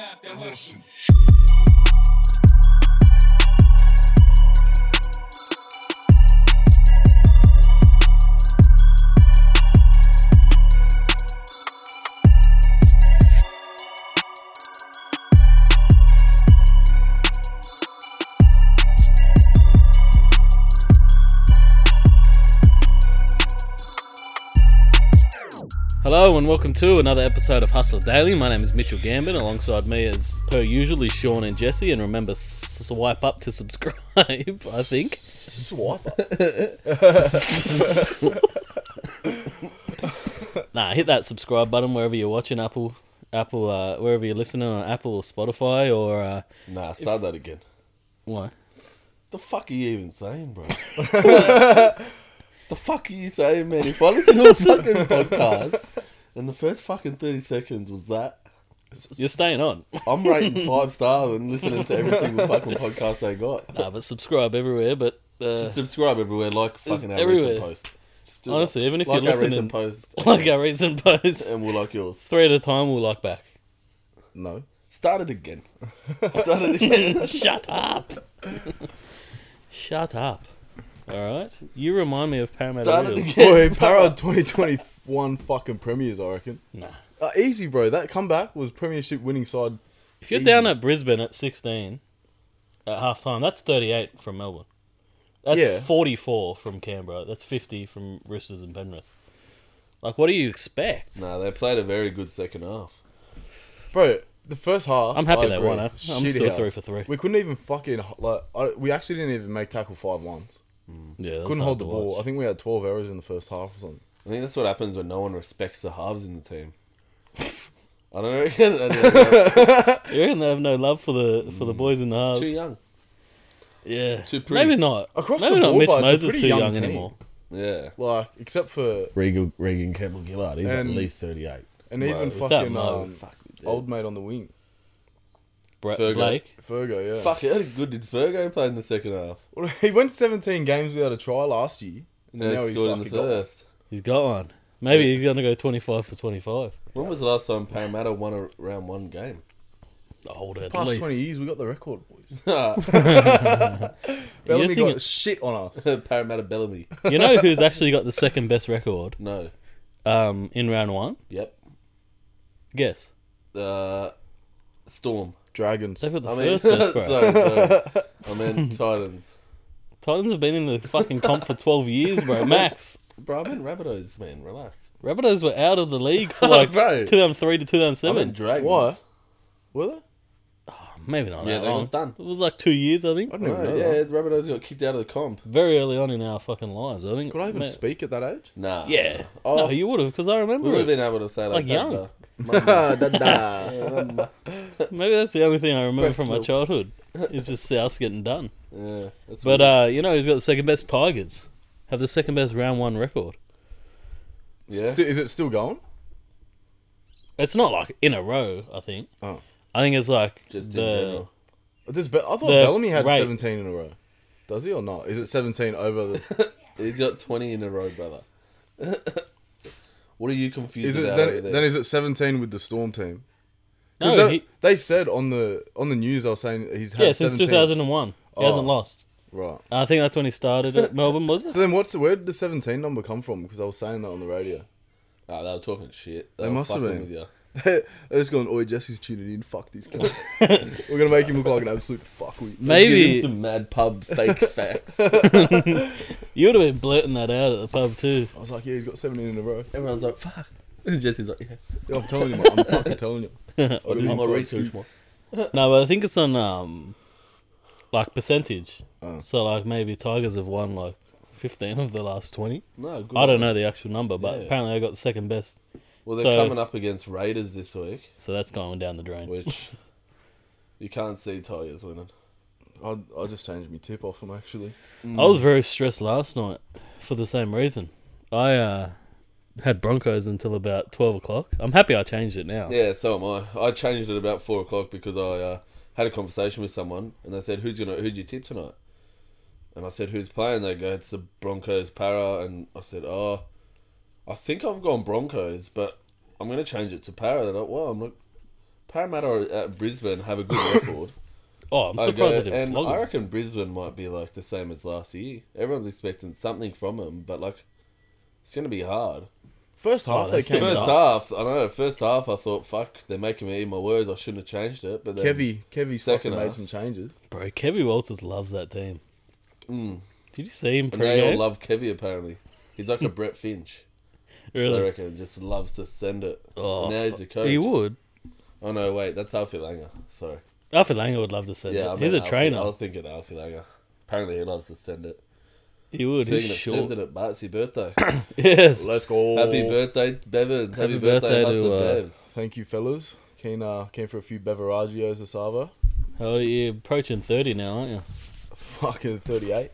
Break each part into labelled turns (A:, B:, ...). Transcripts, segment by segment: A: Nelson.
B: Hello and welcome to another episode of Hustler Daily. My name is Mitchell Gambin. Alongside me, as per usual, is Sean and Jesse. And remember, s- swipe up to subscribe. I think.
C: Swipe up.
B: Nah, hit that subscribe button wherever you're watching. Apple, Apple, uh, wherever you're listening on Apple or Spotify or uh,
C: Nah, start that again.
B: what?
C: The fuck are you even saying, bro? the fuck are you saying, man? If I listen to a fucking podcast and the first fucking 30 seconds was that,
B: You're staying on.
C: I'm rating five stars and listening to every single fucking podcast they got.
B: Nah, but subscribe everywhere. But uh,
C: Just subscribe everywhere, like fucking our
B: everywhere.
C: recent post. Just do that.
B: Honestly, even if
C: like
B: you're
C: our
B: listening-
C: recent post,
B: like our recent posts,
C: and we'll like yours.
B: three at a time, we'll like back.
C: No, start it again. Start it again.
B: Shut up. Shut up. All right. You remind me of Parramatta
C: Start it
B: Eels.
C: again.
D: Boy, Para 2021 fucking premiers, I reckon.
B: Nah.
D: Uh, easy, bro. That comeback was premiership winning side.
B: If you're
D: Easy.
B: down at Brisbane at 16 at half time, that's 38 from Melbourne. That's
D: Yeah.
B: 44 from Canberra. That's 50 from Roosters and Penrith. Like, what do you expect?
C: Nah, they played a very good second half.
D: Bro, the first half.
B: I'm happy
D: I
B: they
D: agree.
B: won, eh? I'm
D: Shitty
B: still
D: house.
B: three for three.
D: We couldn't even fucking. like I, We actually didn't even make tackle five once.
B: Yeah, that's hard
D: Couldn't hold the
B: to
D: ball.
B: watch.
D: I think we had 12 errors in the first half or something.
C: I think that's what happens when no one respects the halves in the team. I don't reckon. I don't know.
B: You reckon they have no love for the for the
D: Mm.
B: boys in the halves?
C: Too young.
B: yeah,
C: too pretty.
B: maybe not.
D: Across
B: maybe
D: the
B: not
D: board,
B: Mitch
D: but it's a
B: Moses
D: pretty
B: too
D: young
B: young
D: team.
B: anymore.
C: Yeah.
D: Like, except for.
E: Regan, Regan Campbell Gillard, he's
D: And-
E: at least 38.
D: And
C: Mo.
D: even
C: Without
D: fucking
B: Mo,
D: um, old mate on the wing.
B: Brett
C: Fergo.
B: Blake,
D: Fergo, yeah.
C: Fuck, how good did Fergo play in the second half?
D: He went 17 games without a try last year. And
C: And they
D: now he's
C: scored in the
D: fucking got
C: first.
B: he's got one. Maybe he's gonna go 25 for 25.
C: When was the last time Parramatta won a round one game?
B: Hold it,
D: Past 20 years, we got the record, boys.
B: You're
D: Bellamy
B: thinking-
D: got shit on us.
C: Parramatta Bellamy.
B: You know who's actually got the second best record
C: No.
B: um, in round one?
C: Yep.
B: Guess
C: Uh, Storm.
D: Dragons.
B: they've got the
C: I mean,
B: first
C: sorry,
B: best. Bro.
C: sorry. I mean Titans.
B: Titans have been in the fucking comp for 12 years, bro. Max.
C: Bro, I meant Rabbitohs, man. Relax.
B: Rabbitohs were out of the league for like
C: Bro.
B: 2003 to
C: I
B: 2007.
C: meant Dragons.
D: What? Were they?
B: Maybe not
C: Yeah,
B: that
C: they got
B: long.
C: done.
B: It was like two years, I think.
D: I didn't
C: No,
D: even
C: yeah,
D: know that.
C: Rabbitohs got kicked out of the comp.
B: Very early on in our fucking lives, I think.
D: Could I even
B: Ma-
D: speak at that age?
C: Nah.
B: Yeah.
C: Oh,
B: no, you would have, because I remember
C: We would
B: it.
C: have been able to say
B: Like
C: like, that,
B: young.
C: though.
B: Maybe that's the only thing I remember
C: Breast
B: from my
C: milk.
B: childhood. It's just South getting done.
C: Yeah, that's
B: But,
C: weird.
B: uh, you know, he's got the second best Tigers. Have the second best round one record.
C: yeah,
D: Sti- is it still going?
B: It's not like in a row, I think.
D: Oh.
B: I think it's like
C: just in
B: the.
C: general.
D: Does Be- I thought
B: The
D: Bellamy had
B: rate.
D: 17 in a row. Does he or not? Is it 17 over the.
C: He's got twenty in a row, brother. what are you confused
D: Is it
C: about? over
D: then,
C: there?
D: then? Is it 17 with the Storm team? 'Cause
B: No,
D: they,
B: he-
D: they said on the on the news they were saying he's had
B: yeah, since
D: 17.
B: 2001. He hasn't
D: Oh.
B: lost.
D: Right.
B: I think that's when he started at Melbourne, was
D: So
B: it?
D: then, what's the, where did the 17 number come from? Because I was saying that on the radio.
C: Oh, they were talking shit. They,
D: They
C: were
D: must have
C: fucking
D: been.
C: With you.
D: They're just going, "Oi, Jesse's tuning in. Fuck these guys. We're gonna make him look like an absolute fuckweed."
C: Give
B: Maybe
C: him some mad pub fake facts.
B: you would have been blurting that out at the pub too.
D: I was like, "Yeah, he's got 17 in a row."
C: Everyone's like, "Fuck." And Jesse's like, "Yeah,
D: Yeah, I'm telling you, mate. I'm fucking telling you.
C: I do my
D: inside
C: research."
D: scoop.
B: No, but I think it's on um, like percentage.
D: Oh.
B: So like maybe Tigers have won like fifteen of the last twenty.
C: No, good.
B: I don't know the actual number, but
C: Yeah.
B: apparently I got the second best.
C: Well, they're
B: So-
C: coming up against Raiders this week,
B: So that's going down the drain.
C: which you can't see Tigers winning.
D: I, I just changed my tip off him actually.
B: I was very stressed last night for the same reason. I uh, had Broncos until about twelve o'clock. I'm happy I changed it now.
C: Yeah, so am I. I changed it about four o'clock because I uh, had a conversation with someone, and they said, "Who's gonna? Who'd you tip tonight?" And I said, "Who's playing?" They go, "It's the Broncos para," and I said, "Oh, I think I've gone Broncos, but I'm gonna change it to para." They're like, "Well, I'm not." Parramatta or at Brisbane have a good record.
B: Oh, I'm
C: I
B: surprised
C: go-
B: they didn't
C: and
B: flog
C: I
B: him.
C: reckon Brisbane might be like the same as last year. Everyone's expecting something from them, but like it's gonna be hard.
E: First half
B: Oh,
E: they
B: that's
E: came
B: good.
C: First
E: up.
C: half, I know. First half, I thought, "Fuck, they're making me eat my words. I shouldn't have changed it." But then,
D: Kevy, Kevy's
C: Second
D: fucking made
C: half.
D: some changes.
B: Bro, Kevin Walters loves that team. Did you see him
C: Mm. and they all
B: pre-game?
C: love Kevy. Apparently, he's like a Brett Finch. I
B: Hmm. Really?
C: reckon just loves to send it.
B: Oh,
C: And now he's the coach.
B: He would.
C: Oh no, wait, that's Alfie Langer. Sorry.
B: Alfred Langer would love to send
C: Yeah, I
B: it. He's a
C: meant Alfie- I
B: trainer.
C: was thinking Alfie Langer. Apparently, he loves to send it.
B: He would. He's
C: Speaking of
B: short.
C: sending it, but it's your birthday.
B: Yes.
E: Let's go.
C: Happy birthday, Bevins. Happy,
B: Happy
C: birthday,
B: birthday
C: Hustle
B: to, uh,
C: Bevs.
D: Thank you, fellas. Keen, uh, came for a few beveragios this Savo.
B: How old are you? Oh, Approaching 30 now, aren't you?
D: Fucking 38.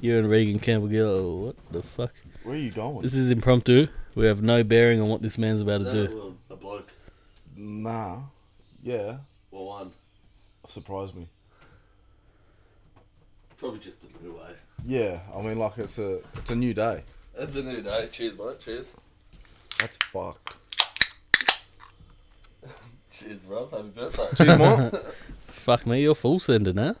B: you and Regan Campbell Gill. What the fuck?
D: Where are you going?
B: This is impromptu. We have no bearing on what this man's about to do.
C: A bloke.
D: Nah. Yeah.
C: Well, one.
D: Surprised me.
C: Probably just a new way.
D: Yeah. I mean, like, it's a it's a new day.
C: That's a new day. Cheers, mate. Cheers.
D: That's fucked.
C: Cheers, bro. Happy birthday.
D: Cheers, mate.
B: Fuck me, you're full sender now.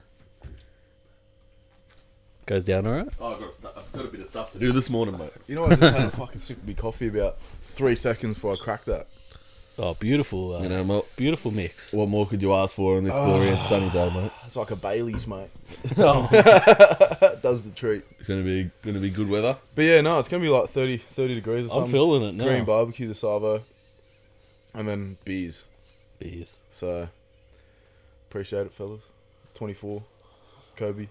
B: Goes down alright?
C: Oh, I've got, I've got a bit of stuff to do this morning, mate.
D: you know, I just had a fucking sip of me coffee about three seconds before I cracked that.
B: Oh, beautiful. Uh,
C: You know, mate,
B: Beautiful mix.
C: what more could you ask for on this
B: Ah.
C: glorious sunny day, mate?
D: It's like a Bailey's, mate.
B: Oh,
D: That does the treat.
C: It's gonna be gonna be good weather.
D: But yeah, no, it's gonna be like 30, 30 degrees
B: I'm
D: or something.
B: feeling it now.
D: Green barbecue, the Savo, and then beers.
B: Beers.
D: So appreciate it, fellas. Twenty four, Kobe.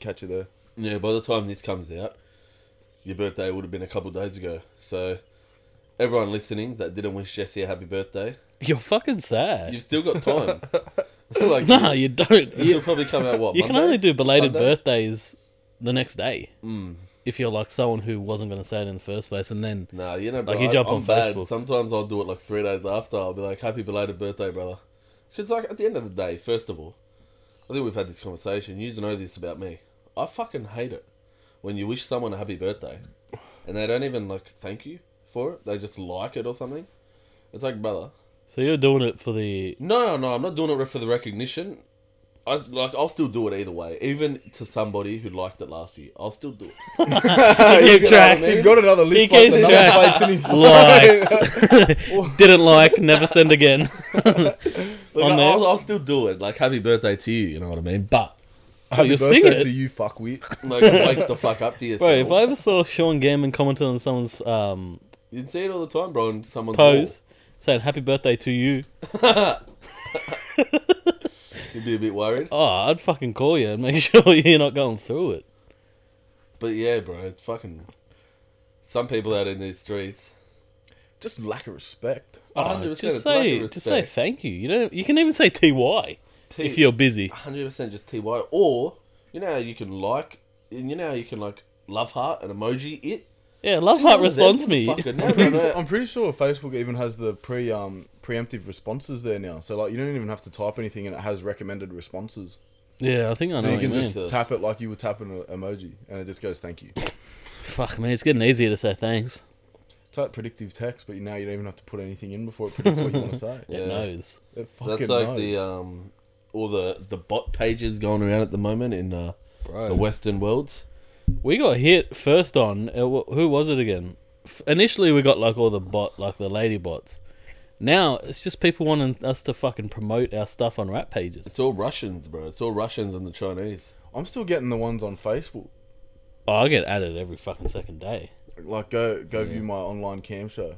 D: Catch you there.
C: Yeah, by the time this comes out, your birthday would have been a couple of days ago. So, everyone listening that didn't wish Jesse a happy birthday,
B: You're fucking sad.
C: you've still got time. like,
B: no, you don't.
C: it'll
B: You,
C: probably come out what?
B: you can
C: Monday?
B: only do belated
C: Sunday? Hmm.
B: birthdays the next day. If you're like someone who wasn't going to say it in the first place and then.
C: Nah, you know, bro,
B: Like, you jump
C: I, am
B: on
C: bad.
B: Facebook.
C: Sometimes I'll do it like three days after. I'll be like, "Happy belated birthday, brother," because like at the end of the day, first of all, I think we've had this conversation. You know this about me. I fucking hate it when you wish someone a happy birthday, and they don't even like thank you for it. They just like it or something. It's like, brother,
B: So you're doing it for the.
C: no, no, no. I'm not doing it for the recognition. I s- like. I'll still do it either way, even to somebody who liked it last year. I'll still do it.
B: Keep track.
D: He's got another
B: He
D: list like
B: keeps
D: the number of plates in his
B: Liked. Didn't like, never send again.
C: Like,
B: On
C: I-
B: there.
C: I'll, I'll still do it. Like, happy birthday to you. You know what I mean? But
B: oh, you'll sing
D: birthday
B: it.
D: to you, fuckwit.
C: like, wake the fuck up to yourself.
B: Bro, if I ever saw Sean Gammon commenting on someone's um,
C: You see it all the time, bro. On someone's
B: pose saying "Happy birthday to you,"
C: wall. you'd be a bit worried.
B: oh, I'd fucking call you and make sure you're not going through it.
C: But yeah, bro, it's fucking. Some people out in these streets.
D: Just lack of respect.
B: Oh,
C: 100%
B: just
C: it's lack
B: say,
C: of
B: just say
C: respect.
B: thank you. You don't. You can even say "ty"
C: T-
B: if you're busy.
C: 100% just ty, or you know how you can like, and you know how you can like love heart and emoji it.
B: Yeah, love heart
C: Them
B: responds me.
C: fucking-
D: I'm pretty,
C: no,
D: I'm pretty sure Facebook even has the pre um preemptive responses there now. So like you don't even have to type anything and it has recommended responses.
B: Yeah, I think I know.
D: So you
B: what
D: can
B: you
D: just
B: mean.
D: tap it like you would tap an emoji and it just goes thank you.
B: fuck man, it's getting easier to say thanks.
D: It's like predictive text, but now you don't even have to put anything in before it predicts what you want to say.
B: It knows.
D: It fucking
C: that's like the
D: knows.
C: um, all the the bot pages going around at the moment in uh,
B: Bro.
C: the Western worlds.
B: We got hit first on. uh, wh- Who was it again? F- initially, we got like all the bot, like the lady bots. Now it's just people wanting us to fucking promote our stuff on rap pages.
C: It's all Russians, bro. It's all Russians and the Chinese.
D: I'm still getting the ones on Facebook.
B: Oh, I get added every fucking second day.
D: Like go go view my online cam show.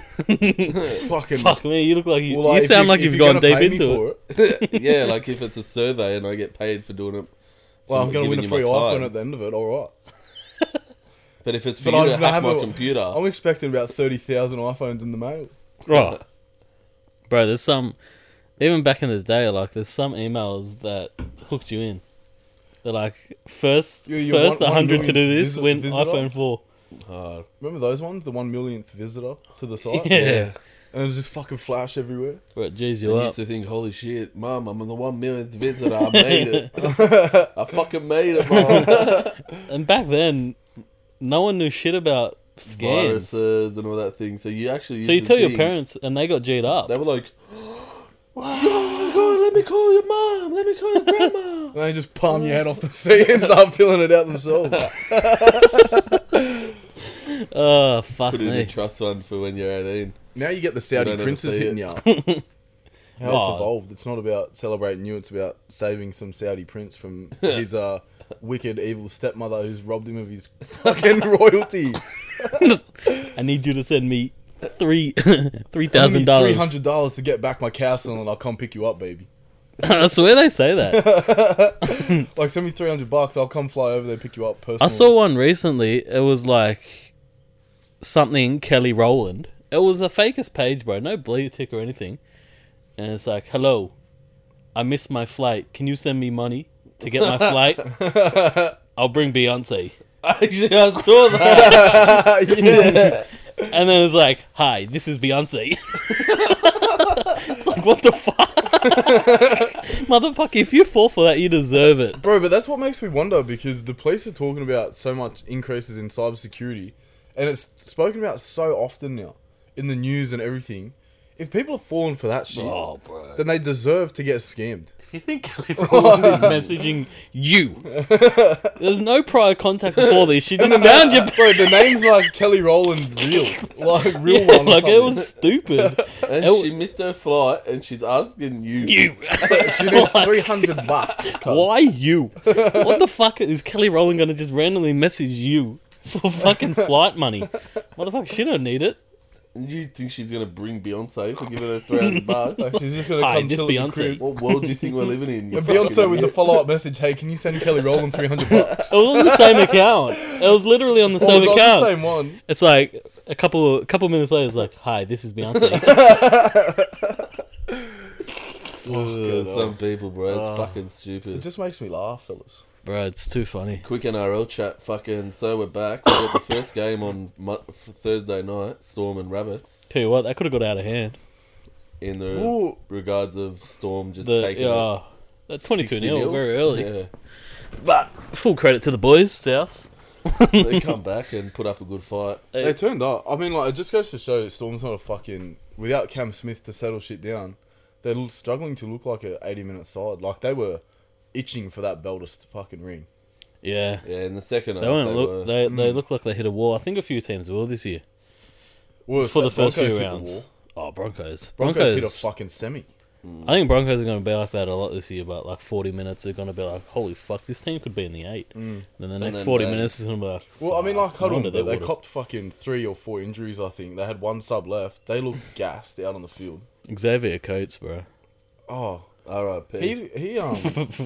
D: fucking
B: Fuck me, you look like you.
D: Well, like,
B: you
D: if
B: sound
D: you-
B: like
D: if
B: you've
D: you're
B: gone
D: gonna
B: deep
D: pay me
B: into it.
D: for
C: yeah, like if it's a survey and I get paid for doing it.
D: Well, I'm gonna
C: giving
D: win a
C: you my
D: free iPhone
C: time.
D: at the end of it. All right.
C: But if it's for
D: But
C: you
D: I
C: to hack my
D: haven't-
C: computer,
D: I'm expecting about thirty thousand iPhones in the mail.
B: Right. Bro, there's some. Even back in the day, like, there's some emails that hooked you in. They're like, first,
D: You- you
B: first
D: want- one
B: 100 to
D: million
B: do this,
D: visit-
B: win
D: visitor?
B: iPhone 4.
C: uh,
D: Remember those ones? The one millionth visitor to the site.
B: Yeah.
D: And it was just fucking flash everywhere.
B: Bro, it G's
C: I
B: you up.
C: used to think, holy shit, mum, I'm on the one millionth visit. I made it. I fucking made it, mum.
B: And back then, no one knew shit about scams. So
C: viruses and all that thing. So you actually
B: you
C: used to
B: tell your
C: think-
B: parents, and they got G'd up.
C: They were like, "Oh my god, let me call your mom. Let me call your grandma."
D: And they just palm your head off the seat and start filling it out themselves.
B: Oh fuck
C: Put it in
B: me!
C: a trust fund for when you're 18.
D: now you get the
C: You
D: Saudi
C: don't ever
D: princes
C: see
D: hitting you
C: it.
D: up. How it's
B: Oh.
D: evolved. It's not about celebrating you. It's about saving some Saudi prince from his uh, wicked, evil stepmother who's robbed him of his fucking royalty.
B: I need you to send me three three thousand
D: Three
B: dollars.
D: hundred dollars to get back my castle, and I'll come pick you up, baby.
B: I swear they say that.
D: Like send me three hundred bucks, I'll come fly over there, pick you up personally.
B: I saw one recently. It was like something Kelly Rowland. It was a fakest page, bro. No blue tick or anything. And it's like, hello, I missed my flight. Can you send me money to get my flight? I'll bring Beyonce.
C: Actually, I saw that.
D: yeah.
B: And then it's like, hi, this is Beyonce. it's like, what the fuck? Motherfucker, if you fall for that, you deserve it.
D: Bro, but that's what makes me wonder because the police are talking about so much increases in cybersecurity, and it's spoken about so often now in the news and everything. If people are falling for that shit,
B: Oh, bro.
D: then they deserve to get scammed.
B: If you think Kelly Rowland is messaging you, there's no prior contact before this. She just found your
D: Bro, the name's like Kelly Rowland, real, like real
B: Yeah,
D: one. or
B: like it
D: something.
B: was stupid.
C: And
B: It-
C: she missed her flight, and she's asking you.
B: you.
D: She needs three hundred bucks. cuz.
B: Why you? What the fuck is Kelly Rowland gonna just randomly message you for fucking flight money? Motherfucker, she don't need it.
C: And you think she's gonna bring Beyonce for giving her 300 bucks?
D: She's just gonna
B: Hi,
D: come
B: this
D: chill at the
B: Beyonce.
D: crib.
C: what world do you think we're living in? you
D: And Beyonce
C: fucking
D: with the
C: idiot?
D: follow up message, hey, can you send Kelly Rowland 300 bucks?
B: It was on the same account. It was literally on the
D: Oh,
B: same
D: it's on
B: account.
D: the same one.
B: It's like a couple a couple minutes later, it's like, "Hi, this is Beyonce."
C: Ugh, some people, bro. It's fucking stupid.
D: uh, It just makes me laugh, fellas.
B: Bro, it's too funny.
C: Quick NRL chat, fucking. So we're back. We got the first game on Mo- f- Thursday night, Storm and Rabbits.
B: Tell you what, that could have got out of hand.
C: In the
D: Ooh.
C: regards of Storm just
B: The
C: taking it.
B: yeah, that twenty-two
C: 60
B: nil
C: nil.
B: very early.
C: Yeah.
B: But full credit to the boys, South.
C: they come back and put up a good fight.
D: They turned up. I mean, like, it just goes to show that Storm's not a fucking. Without Cam Smith to settle shit down, they're l- struggling to look like a 80 minute side. Like, they were itching for that belt to fucking ring.
B: Yeah,
C: Yeah, in the
B: they
C: second half,
B: won't look.
C: were-
B: They they look like they hit a wall. I think a few teams will this year
D: Well,
B: for the first
D: Broncos
B: few
D: hit the
B: rounds.
D: wall.
B: oh, Broncos.
D: Broncos
B: Broncos.
D: hit a fucking semi.
B: I think Broncos are going to be like that a lot this year. But like forty minutes, they're going to be like, "Holy fuck, this team could be in the eight. And then the next
C: then
B: forty
C: they-
B: minutes is going to be like,
D: Well, I mean, like, hold on,
B: wonder
D: but
B: they
D: they
B: would've.
D: copped fucking three or four injuries, I think. They had one sub left. They looked gassed out on the field.
B: Xavier Coates, bro.
D: Oh,
C: R.I.P.
D: he he um he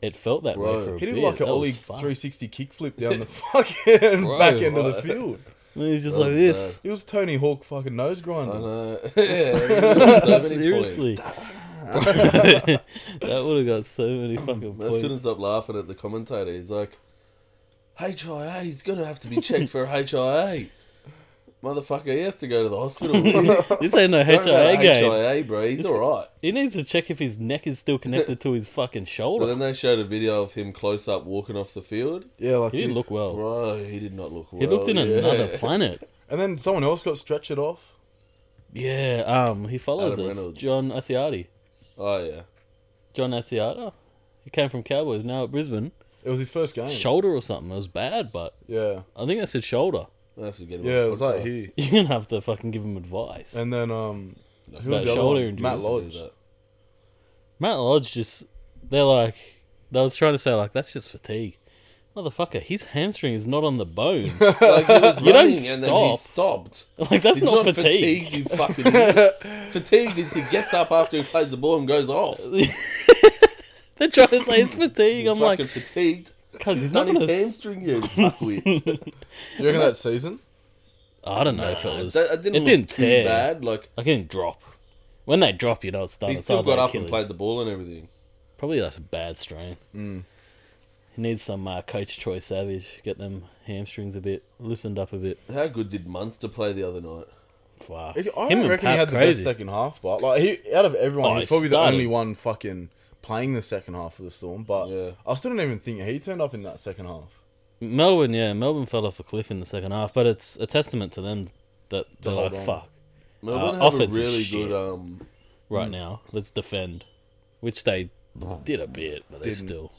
B: It felt that way
C: Bro,
B: for a
D: did
B: bit.
D: like an
B: That was
D: ollie
B: fun.
D: 360 kickflip down the fucking
C: Bro,
D: back end of
C: bro.
D: the field.
B: And he's just
C: That
B: like
C: was
B: this.
D: It was Tony Hawk fucking nose
C: I
D: grinder.
C: know. yeah, so many points.
B: Seriously. that would have got so many fucking
C: I just couldn't
B: points.
C: stop laughing at the commentator. He's like, HIA, he's going to have to be checked for HIA. Motherfucker, he has to go to the hospital. Don't
B: This ain't no
C: worry
B: HIA
C: about
B: game.
C: HIA, bro. He's alright.
B: He needs to check if his neck is still connected to his fucking
C: But
B: shoulder.
C: then they showed a video of him close up walking off the field.
D: Yeah, like
B: He didn't look well.
C: Bro, he did not look well.
B: he looked in
C: yeah.
B: another planet.
D: And then someone else got stretchered off.
B: Yeah, um, he follows
C: Adam
B: us.
C: Reynolds.
B: John Asiati.
C: Oh, yeah.
B: John Asiata. He came from Cowboys, now at Brisbane.
D: It was his first game.
B: Shoulder Oh, or something. It was bad, but
D: yeah,
B: I think I said shoulder.
C: I have to get him
D: yeah,
C: on
D: it
C: the
D: was like
C: podcast.
D: here.
B: You're going to have to fucking give him advice.
C: Uh,
D: And then um, who
B: That
D: was the other
B: shoulder
D: one?
B: injury.
D: Matt
C: He used to
D: Lodge.
C: do that.
B: Matt Lodge just they're like they was trying to say like that's just fatigue. Motherfucker, his hamstring is not on the bone.
C: Like, he was
B: You don't
C: running and then he
B: stop.
C: stopped.
B: like that's
C: He's
B: not, fatigue.
C: fatigued, you fucking idiot. Fatigued is he gets up after he plays the ball and goes off.
B: They're trying to say it's fatigue.
C: He's
B: I'm like,
C: fucking fatigued.
B: cuz he's not
C: Done
B: gonna
C: his
B: s-
C: hamstring, you fuckwit.
D: You reckon that season?
B: I don't know if it was.
C: That- that
B: it
C: look
B: didn't
C: too
B: tear.
C: bad. Like
B: Like it didn't drop. When they drop, you know it's starting
C: he
B: to
C: still
B: start
C: got up and
B: Achilles.
C: played the ball and everything.
B: Probably that's a bad strain. He needs some uh, coach Troy Savage get them hamstrings a bit loosened up a bit.
C: How good did Munster play the other night?
B: Fuck.
D: I
B: Him
D: don't
B: and
D: reckon he
B: Pat
D: had the
B: crazy.
D: best second half, but like he out of everyone,
B: Oh,
D: he's
B: he
D: probably the
B: started.
D: only one fucking playing the second half of the storm. But
C: Yeah.
D: I still don't even think he turned up in that second half.
B: Melbourne, yeah, Melbourne fell off a cliff in the second half, but it's a testament to them that they're
D: hold
B: like,
D: on.
B: fuck,
C: Melbourne
B: Uh,
C: have a
B: offense is
C: really
B: shit.
C: good um
B: right now, let's defend, which they did a bit, but they
D: Didn't.
B: still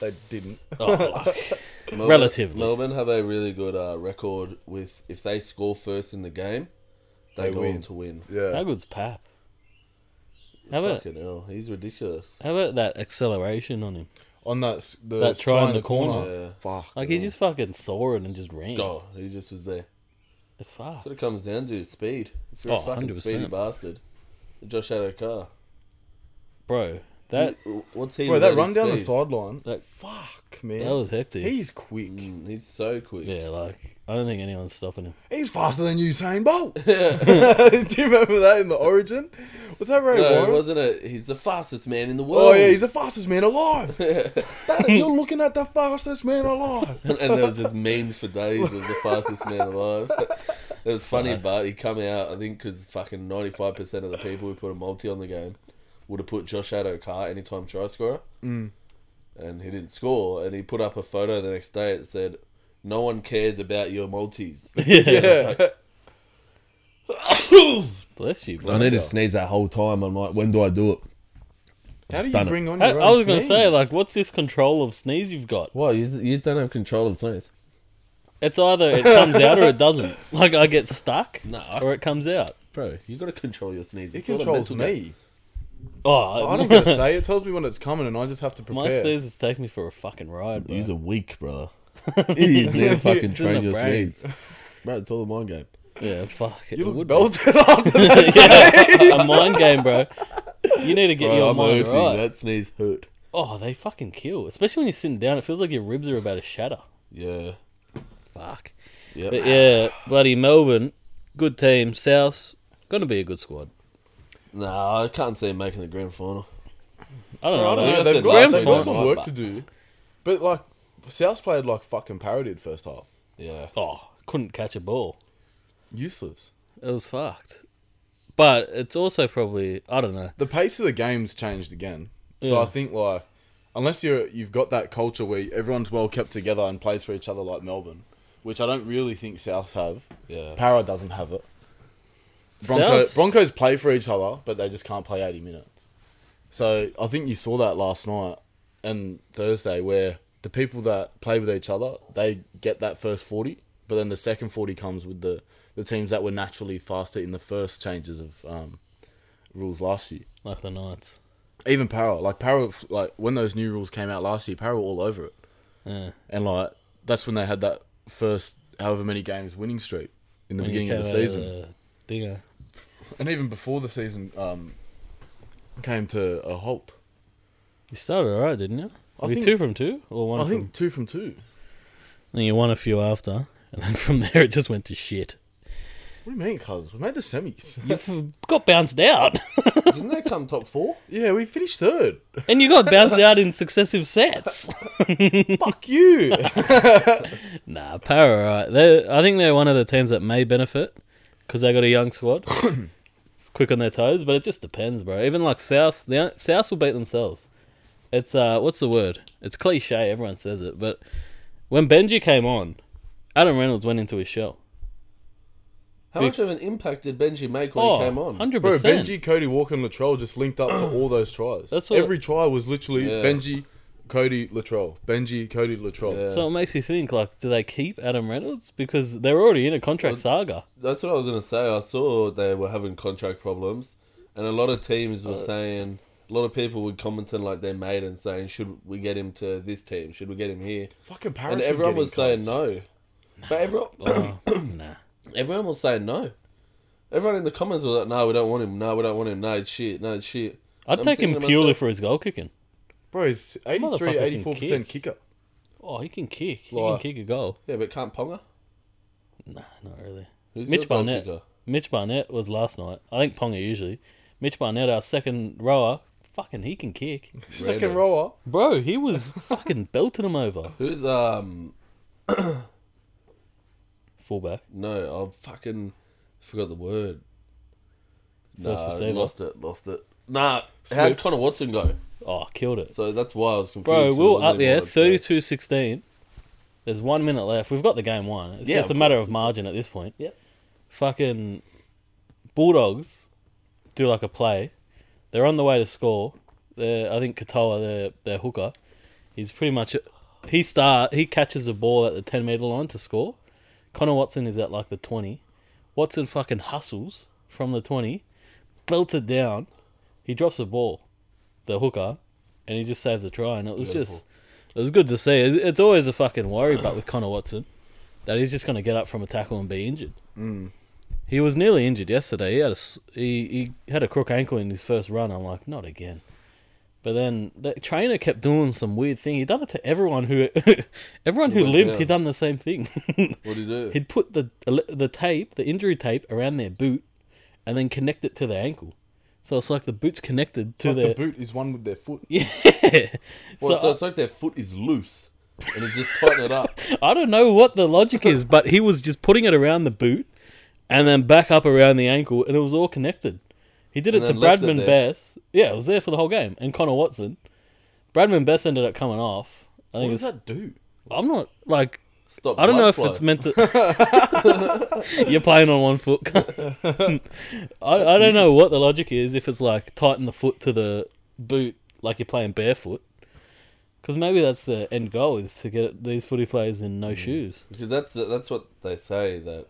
D: They didn't.
B: oh, fuck.
C: Melbourne,
B: Relatively.
C: Melbourne have a really good uh, record with if they score first in the game, they,
D: They
C: go
D: win.
C: on to win.
B: how
D: Yeah.
B: good's Pap? How about
C: Fucking hell, he's ridiculous.
B: how about that acceleration on him?
D: On that s- the
B: That try in the corner.
C: Yeah.
D: Fuck.
B: Like he just fucking saw it and just ran.
C: Go. Oh, He just was there.
B: It's fast.
C: That's what it comes down to is speed. If you're
B: Oh,
C: a fucking
B: 100%.
C: speedy bastard, Josh had a car.
B: Bro, that
C: Hmm? What's he?
D: Bro, that
C: without
D: run
C: his
D: down the
C: speed?
D: sideline.
B: That-
D: fuck, man.
B: that was hectic.
D: He's quick.
C: Mm, He's so quick.
B: yeah, like I don't think anyone's stopping him.
D: He's faster than Usain Bolt. Do you remember that in the Origin? Was that Ray
C: No, it
D: Warren?
C: wasn't it? He's the fastest man in the
D: Oh
C: world.
D: yeah, he's the fastest man alive. That- you're looking at the fastest man alive.
C: and there was just memes for days as the fastest man alive. It was funny, but he come out. I think because fucking ninety five percent of the people who put a multi on the game would have put Josh Adokar anytime try scorer, mm. and he didn't score. And he put up a photo the next day. It said, "No one cares about your multis."
D: Yeah.
B: Bless you, bro.
E: I need to sneeze that whole time. I'm like, when do I do it?
D: How do you
E: Stunner.
D: bring on
B: I,
D: your
B: I
D: own
B: was gonna say,
D: sneeze?
B: like, what's this control of sneeze you've got?
E: Why you, you don't have control of the sneeze?
B: It's either it comes out or it doesn't. Like I get stuck, or it comes out.
E: Bro,
C: You got to control your sneeze.
D: it
C: It's not a
D: controls
C: mental
D: me.
B: Oh,
D: I'm not gonna say it tells me when it's coming, and I just have to
B: my
D: prepare.
B: sneezes take me for a fucking ride, bro.
E: you's a weak brother. you just need to fucking
B: It's in
E: train
B: the
E: your
B: brain.
E: sneeze. Bro, it's all a mind game.
B: Yeah, fuck.
D: you
B: it
D: look
B: would
D: belted after that.
B: be. yeah, a mind game, bro. You need to get your
C: I'm
B: mind
C: hurting.
B: right.
C: That sneeze hurt.
B: Oh, they fucking kill, especially when you're sitting down. It feels like your ribs are about to shatter.
C: Yeah.
B: Fuck.
C: Yep.
B: But yeah, bloody Melbourne, good team. Souths gonna be a good squad.
C: Nah, I can't see him making the grand final.
B: I don't know.
D: I don't
B: though.
D: know.
C: I
D: They've
C: said
D: got,
C: last
D: they've
C: week.
D: got some work to do, but like South played like fucking parodied first half.
C: Yeah.
B: Oh, couldn't catch a ball.
D: Useless.
B: It was fucked. But it's also probably I don't know.
D: the pace of the game's changed again. So
B: Yeah.
D: I think like unless you're you've got that culture where everyone's well kept together and plays for each other like Melbourne, which I don't really think Souths have.
C: Yeah.
D: Para doesn't have it. Bronco,
B: Souths-
D: Broncos play for each other, but they just can't play eighty minutes. So I think you saw that last night and Thursday where the people that play with each other they get that first forty, but then the second forty comes with the the teams that were naturally faster in the first changes of um, rules last year
B: Like the Knights.
D: even Power, like Power, like when those new rules came out last year, Power were all over it,
B: Yeah.
D: and like that's when they had that first however many games winning streak in the
B: When you
D: beginning of the
B: came out
D: season,
B: the dingo.
D: and even before the season um, came to a halt.
B: You started alright, didn't you?
D: I
B: Were you
D: think-
B: two from two or one?
D: I
B: from,
D: think two from two.
B: And you won a few after, and then from there it just went to shit.
D: What do you mean, cuz? We made the semis.
B: You f- got bounced out,
C: Didn't they come top four?
D: yeah, we finished third.
B: and you got bounced out in successive sets.
D: Fuck you.
B: nah, Para, are alright. They, I think they're one of the teams that may benefit because they got a young squad, quick on their toes. But it just depends, bro. Even like South, the on- South will beat themselves. It's uh, what's the word? It's cliche. Everyone says it, but when Benji came on, Adam Reynolds went into his shell.
C: How
B: Big-
C: much of an impact did Benji make when
B: Oh,
C: he came on?
B: 100%.
D: Bro, Benji, Cody, Walker, and Latrell just linked up for all those tries.
B: That's what-
D: Every try was literally
C: Yeah.
D: Benji, Cody, Latrell. Benji, Cody, Latrell.
C: Yeah.
B: So it makes you think, like, do they keep Adam Reynolds? Because they're already in a contract saga.
C: That's what I was gonna say. I saw they were having contract problems, and a lot of teams were saying, a lot of people were commenting like they made and saying, should we get him to this team? Should we get him here?
D: Fucking Paris.
C: And everyone was saying no, but everyone,
B: Oh, nah.
C: everyone was saying no. Everyone in the comments was like, no, we don't want him. No, we don't want him. No, it's shit. No, it's shit.
B: I'd
C: I'm
B: take him
C: thinking to
B: purely
C: myself,
B: for his goal kicking.
D: Bro, he's 83,
B: Motherfucker can
D: 84 percent kicker.
B: Oh, he can kick. He
D: Like-
B: can kick a goal.
C: Yeah, but can't Ponga?
B: Nah, not really.
C: Who's
B: Mitch
C: your goal
B: Barnett.
C: kicker?
B: Mitch Barnett was last night. I think Ponga usually. Mitch Barnett, our second rower, fucking he can kick.
D: Second rower.
B: Bro, he was fucking belting him over.
C: Who's um?
B: Fullback.
C: No, I fucking forgot the word.
B: First
C: Nah,
B: receiver.
C: lost it, lost it. Nah, how'd
D: Slipped.
C: Connor Watson go?
B: Oh, killed it.
C: So that's why I was confused.
B: Bro,
C: with
B: we were
C: the
B: up
C: leaderboard,
B: there,
C: so-
B: 32 16. There's one minute left. We've got the game won. It's
C: Yeah,
B: just a
C: of
B: matter of margin at this point.
C: Yep.
B: Fucking Bulldogs do like a play. They're on the way to score. They're, I think Katoa, their their hooker, he's pretty much he start he catches the ball at the ten meter line to score. Connor Watson is at like the twenty. Watson fucking hustles from the twenty, belts it down. He drops the ball, the hooker, and he just saves a try. And it was just it was good to see. It's, it's always a fucking worry, but with Connor Watson, that he's just going to get up from a tackle and be injured. Mm. He was nearly injured yesterday. He had a s- he, he had a crook ankle in his first run. I'm like, not again. But then the trainer kept doing some weird thing. He done it to everyone who everyone who
C: went
B: limped.
C: down.
B: He done the same thing.
C: What do you do?
B: He'd put the the tape, the injury tape, around their boot, and then connect it to their ankle. So it's like the boot's connected to
D: Like
B: their
D: the boot is one with their foot.
B: yeah.
C: well,
B: So
C: so, it's like their foot is loose, and it's just tighten it up.
B: I don't know what the logic is, but he was just putting it around the boot and then back up around the ankle, and it was all connected. He did
C: And
B: it to
C: then left it
B: Bradman
C: there.
B: Bess. Yeah, it was there for the whole game, and Connor Watson. Bradman Bess ended up coming off. I
D: What
B: think
D: does
B: it's,
D: that do?
B: I'm not like
C: Stop.
B: I don't
C: blood
B: know if
C: flow.
B: it's meant to. You're playing on one foot. I, I don't know what the logic is. If it's like tighten the foot to the boot, like you're playing barefoot, because maybe that's the end goal is to get these footy players in no shoes.
C: Because that's that's what they say that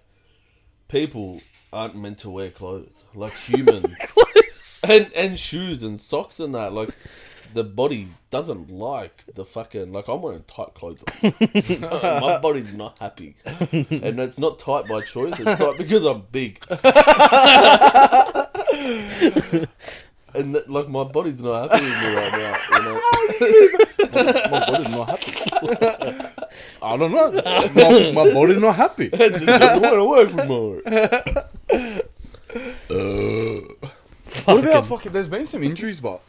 C: people aren't meant to wear clothes like humans and and shoes and socks and that like the body doesn't like the fucking like I'm wearing tight clothes. My body's not happy, and it's not tight by choice. It's tight because I'm big. And that, like my body's not happy with me right now. You know?
D: My body's not happy. I don't know. My, my body's not happy. What about fucking? There's been some injuries, but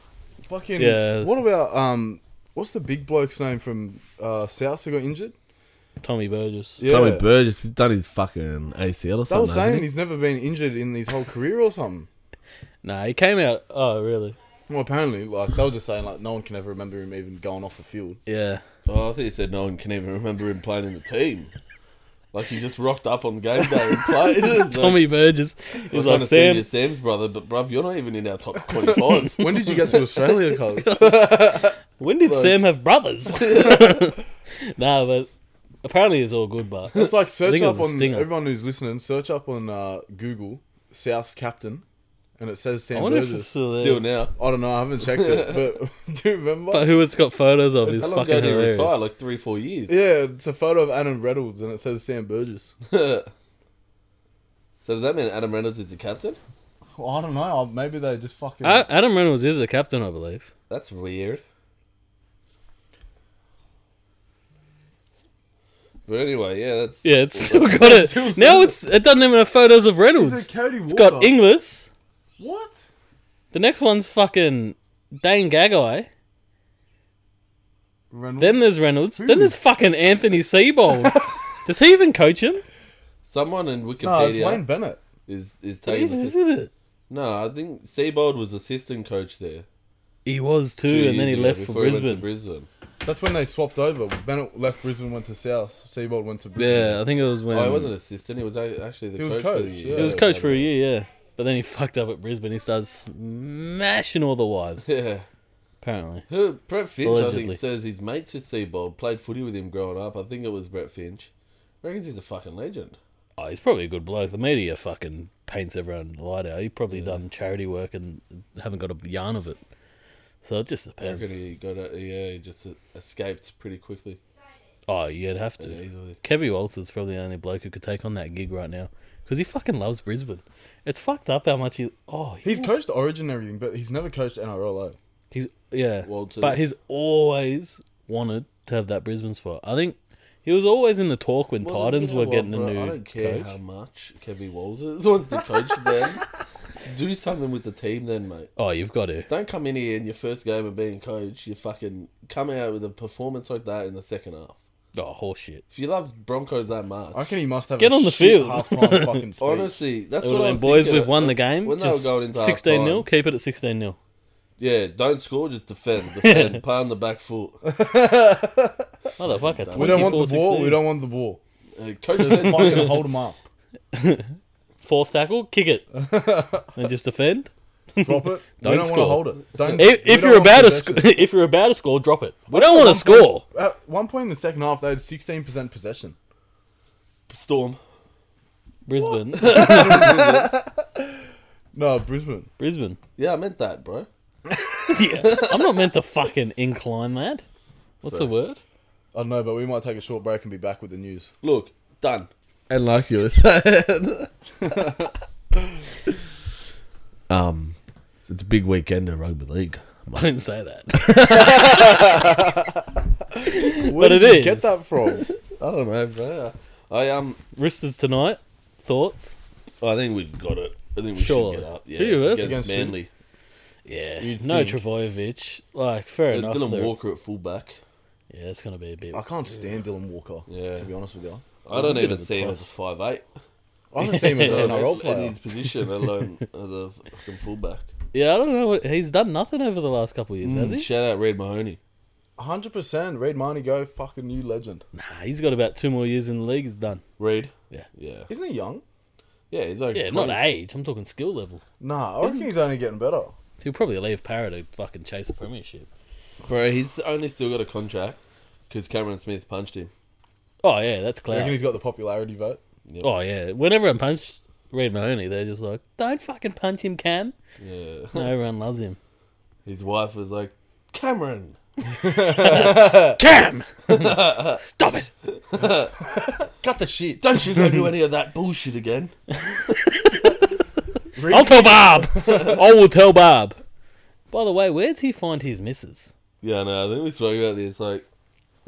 D: fucking.
B: Yeah.
D: What about um? What's the big bloke's name from uh, South who got injured?
B: Tommy Burgess.
D: Yeah,
E: Tommy Burgess, he's done his fucking ACL or something.
D: They were saying
E: hasn't
D: he's never been injured in his whole career or something.
B: Nah, he came out. Oh, really?
D: Well, apparently, like they were just saying, like no one can ever remember him even going off the field.
B: Yeah.
C: Oh, I thought you said no one can even remember him playing in the team. Like he just rocked up on game day and played. It's like,
B: Tommy Burgess is
C: I
B: like
C: understand
B: Sam.
C: you're Sam's brother, but bruv, you're not even in our top twenty-five.
D: When did you get to Australia, Carlos?
B: When did Sam have brothers? nah, but apparently it's all good. But
D: It's like search
B: think it
D: up
B: was a
D: on
B: stinger.
D: everyone who's listening. Search up on uh, Google South's captain, and it says
B: I
D: Sam
B: wonder if it's
D: Burgess.
B: still there.
C: Still now,
D: I don't know. I haven't checked it, but do you remember?
B: but who it's got photos of
C: it's
B: is
C: how long
B: fucking
C: ago did he
B: hilarious.
C: retire? Like three, four years.
D: yeah, it's a photo of Adam Reynolds, and it says Sam Burgess.
C: so does that mean Adam Reynolds is the captain?
D: Well, I don't know. Maybe they just fucking.
B: A- Adam Reynolds is a captain, I believe.
C: That's weird. But anyway, yeah, that's
B: Yeah, it's still got it. now it's it doesn't even have photos of Reynolds.
D: Cody Walker.
B: It's got Inglis.
D: What?
B: The next one's fucking Dane Gagai.
D: Reynolds.
B: Then there's Reynolds. Then there's fucking Anthony Seabold. Does he even coach him?
C: someone in
D: no, it's Wayne
C: Wikipedia
D: Bennett.
C: is is
B: It
C: taking.
B: is,
C: the
B: isn't it?
C: No, I think Seibold was assistant coach there.
B: He was too,
C: two
B: and then he
C: years
B: left
C: ago
B: for
C: before he went to
B: Brisbane.
C: Brisbane. Um,
D: That's when they swapped over. Bennett left Brisbane, went to South. Seabold went to.
B: Yeah, I think it was when
C: Oh, he wasn't assistant. He was a- actually the
D: He was
C: coach. For the
D: coach,
C: year.
D: yeah.
B: He was coach for a year, yeah. But then he fucked up at Brisbane. He started smashing all the wives,
C: Yeah.
B: apparently.
C: Who, Brett Finch, I
B: Allegedly.
C: think, says his mates with Seabold played footy with him growing up. I think it was Brett Finch. Reckons he's a fucking legend.
B: Oh, he's probably a good bloke. The media fucking paints everyone light out. He probably done charity work and haven't got a yarn of it. So it just
C: I reckon
B: depends.
C: he got a, yeah, he just e, escaped pretty quickly
B: Oh, you'd have to.
C: and easily.
B: Kevy Walters probably the only bloke who could take on that gig right now because he fucking loves Brisbane. It's fucked up how much he. Oh, he-
D: He's coached Origin and everything, but he's never coached NRLO.
B: he's yeah,
C: Walters.
B: but he's always wanted to have that Brisbane spot. I think he was always in the talk when
C: Well,
B: Titans
C: you know
B: were
C: what,
B: getting
C: Oh, bro?
B: a new.
C: I don't care
B: coach.
C: how much Kevin Walters wants to coach them. Do something with the team then, mate.
B: Oh, you've got to.
C: Don't come in here in your first game of being coach. You fucking come out with a performance like that in the second half.
B: Oh, horseshit.
C: If you love Broncos that much,
D: I reckon he must have
B: Get
D: a
B: on the
D: shit
B: field.
D: halftime fucking speech.
C: honestly, that's
B: It
C: what
B: would have been
C: I'm
B: boys.
C: thinking.
B: We've won the game.
C: When they were
B: Just
C: going into
B: sixteen 0
C: half-time,
B: Keep it at sixteen 0
C: Yeah, don't score, just defend. Defend. Palm the back foot. Uh,
B: Motherfucker, 24,
D: We don't want the
B: 16.
D: ball. We don't want the ball.
C: coach
D: Just
C: said,
D: fucking hold them up.
B: Fourth tackle, kick it. and just defend.
D: Drop it.
B: Don't
D: we don't want
B: score.
D: to hold it.
B: If,
D: Don't. we
B: if
D: don't
B: you're
D: want
B: about to sc-
D: possession.
B: if you're about to score, drop it. We don't want to score.
D: At one point in the second half, they had 16% possession.
C: Storm.
B: Brisbane,
D: No, Brisbane.
B: Brisbane.
C: Yeah, I meant that, bro.
B: Yeah, I'm not meant to fucking incline that. What's the word?
D: I don't know, but we might take a short break and be back with the news.
C: Look, done.
E: And like you were saying. um, it's a big weekend of rugby league.
B: I didn't say that.
D: Where
B: it
D: did you
B: is.
D: get that from?
C: I don't know, bro. I um,
B: Roosters tonight. Thoughts?
C: I think we've got it. I think we
B: Surely.
C: should get up. Yeah,
B: Who you versus?
C: against,
D: Against who?
C: Manly.
B: Yeah,
D: You'd
B: no
D: think.
B: Travojevic. Like fair
C: Yeah,
B: enough.
C: Dylan
B: they're-
C: Walker at fullback.
B: Yeah, it's gonna be a bit.
D: I can't stand Dylan Walker,
C: Yeah.
D: to be honest with you.
C: I don't
B: He's a bit
C: even
B: of a
C: see him
B: toss.
C: as a five eight.
D: I haven't seen him as an NRL
C: in
D: player.
C: his position, let alone as a fucking fullback.
B: Yeah, I don't know. What, he's done nothing over the last couple of years, has
D: Mm.
B: he?
C: Mm. Shout out Red Mahoney.
D: 100%. Reid Marnie go, fucking new legend.
B: Nah, he's got about two more years in the league. He's done.
C: Reed.
B: Yeah.
C: Yeah.
D: Isn't he young?
C: Yeah, he's like
B: Yeah,
C: 20.
B: not age. I'm talking skill level.
D: Nah, I reckon he's only getting better.
B: He'll probably leave Para to fucking chase a premiership.
C: Bro, he's only still got a contract because Cameron Smith punched him.
B: Oh yeah, that's
D: I reckon
B: cloud.
D: he's got the popularity vote.
B: Oh yeah, whenever I punch Red Mahoney, they're just like, "Don't fucking punch him, Cam."
C: Yeah.
B: No, everyone loves him.
C: His wife was like, Cameron.
B: Cam, stop it.
D: Cut the shit.
C: Don't you go do any of that bullshit again.
B: I'll tell Bob. I will tell Bob. By the way, where did he find his missus?
C: Yeah, no, I think we spoke about this. Like,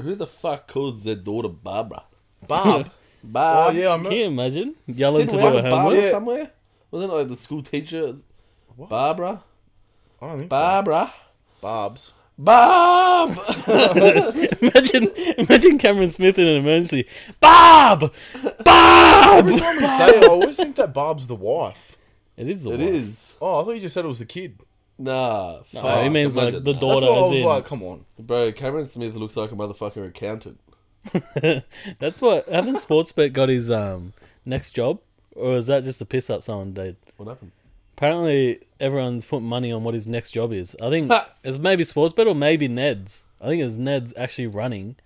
C: who the fuck calls their daughter Barbara?
D: Bob.
C: Bob.
D: oh, yeah, I'm
B: Can you imagine yelling
C: Didn't
B: to
C: we
B: do her
C: have Barbara
B: homework?
D: Yeah.
C: somewhere? Wasn't it like the school teacher? Barbara?
D: I don't think so.
C: Barbara?
D: Bob's.
C: Bob!
B: Imagine, imagine Cameron Smith in an emergency. Bob, Bob.
D: Every time we say it, I always think that Bob's the wife.
B: It is the
C: it
B: one.
C: is.
D: Oh, I thought you just said it was the kid.
C: Nah. fuck.
B: Oh, he means like
C: Imagine
B: the
C: that.
D: That's
B: daughter.
D: what I
B: As
D: was
B: in,
D: like, come on.
C: Bro, Cameron Smith looks like a motherfucking accountant.
B: That's what. Haven't Sportsbet got his um next job, or is that just to piss up someone did?
C: What happened?
B: Apparently, everyone's put money on what his next job is. I think it's maybe Sportsbet or maybe Ned's. I think it's Ned's actually running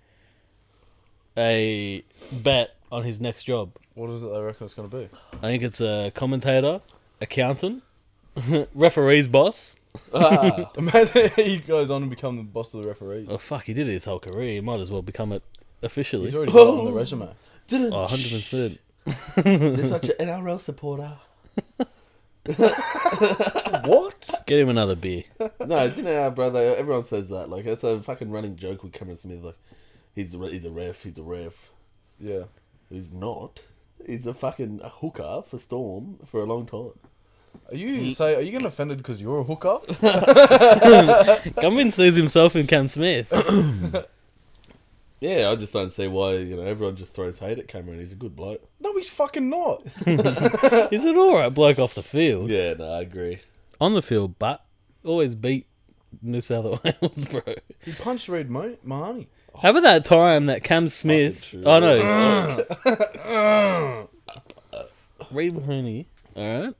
B: a bet on his next job.
D: What is it they reckon it's going to be?
B: I think it's a commentator, accountant, referee's boss.
D: Imagine he goes on and become the boss of the referees.
B: Oh, fuck, he did it his whole career. He might as well become it officially.
D: He's already got it on the resume.
C: Didn't
B: Oh, 100%.
C: You're such an NRL supporter.
D: What?
B: Get him another beer.
C: No, do you know how, brother? Everyone says that. Like, it's a fucking running joke with Cameron Smith. Like, he's a, re- he's a ref, he's a ref.
D: Yeah.
C: He's not. He's a fucking hooker for Storm for a long time.
D: Are
B: Mm.
D: you say? Are you getting offended because you're a hooker?
B: Gumbin sees himself in Cam Smith.
C: Yeah, I just don't see why, you know, everyone just throws hate at Cameron. He's a good bloke.
D: no, he's fucking not.
B: He's an alright bloke off the field.
C: Yeah, no, I agree.
B: on the field, but always beat New South Wales, bro.
D: He punched Reid Mo- Mahoney.
B: Remember that time that Cam Smith?
C: true.
B: Oh no, Reid Mahoney. All right,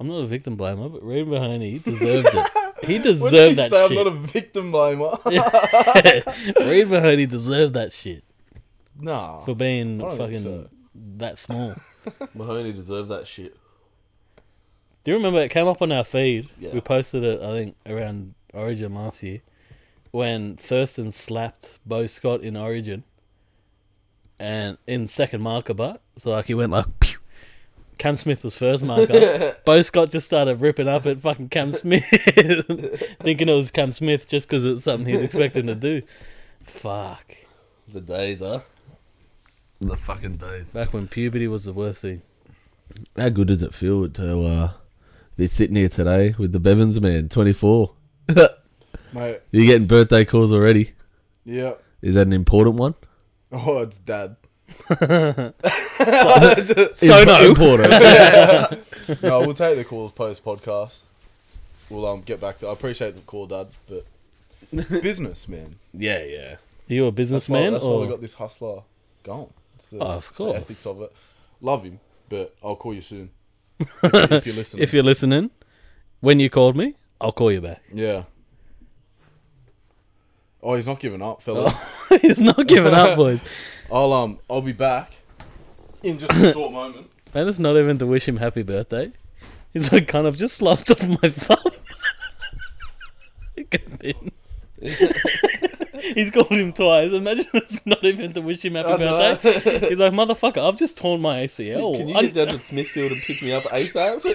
B: I'm not a victim blamer, but Reid Mahoney deserved it. He
D: What did
B: deserved
D: he
B: that
D: say?
B: shit.
D: I'm not a victim blamer.
B: Reid Mahoney deserved that shit
D: nah.
B: for being
D: don't think
B: fucking
D: so.
B: that small.
C: Mahoney deserved that shit.
B: Do you remember it came up on our feed?
C: Yeah.
B: We posted it, I think, around Origin last year when Thurston slapped Bo Scott in Origin and in second marker, but so like he went like pew. Cam Smith was first marker. Bo Scott just started ripping up at fucking Cam Smith, thinking it was Cam Smith just because it's something he's expecting to do. Fuck.
C: The days, huh? The fucking days.
B: Back when puberty was the worst thing.
E: How good does it feel to uh, be sitting here today with the Bevins man, 24? You're
D: Mate.
E: getting birthday calls already.
D: Yeah.
E: Is that an important one?
D: Oh, it's dad.
B: So
E: Imp-
B: no.
E: Important.
D: No, we'll take the calls post podcast. we'll um, get back to. I appreciate the call, Dad, but business, man.
C: Yeah, yeah.
B: Are you a
D: That's why,
B: businessman
D: that's
B: or
D: why we got this hustler gone. It's the,
B: Oh, of
D: it's
B: course.
D: the ethics of it. Love him, but I'll call you soon if, you- if you're listening.
B: if you're listening, when you called me, I'll call you back.
D: yeah. Oh, he's not giving up, fella.
B: He's not giving up, boys.
D: I'll um, I'll be back in just a short moment.
B: Man, it's not even to wish him happy birthday. He's like, kind of just sliced off my thumb. It could've been. He's called him twice. Imagine it's not even to wish him happy
C: I know.
B: birthday. He's like, motherfucker, I've just torn my ACL.
C: Can you
B: I-
C: get down to Smithfield and pick me up ASAP?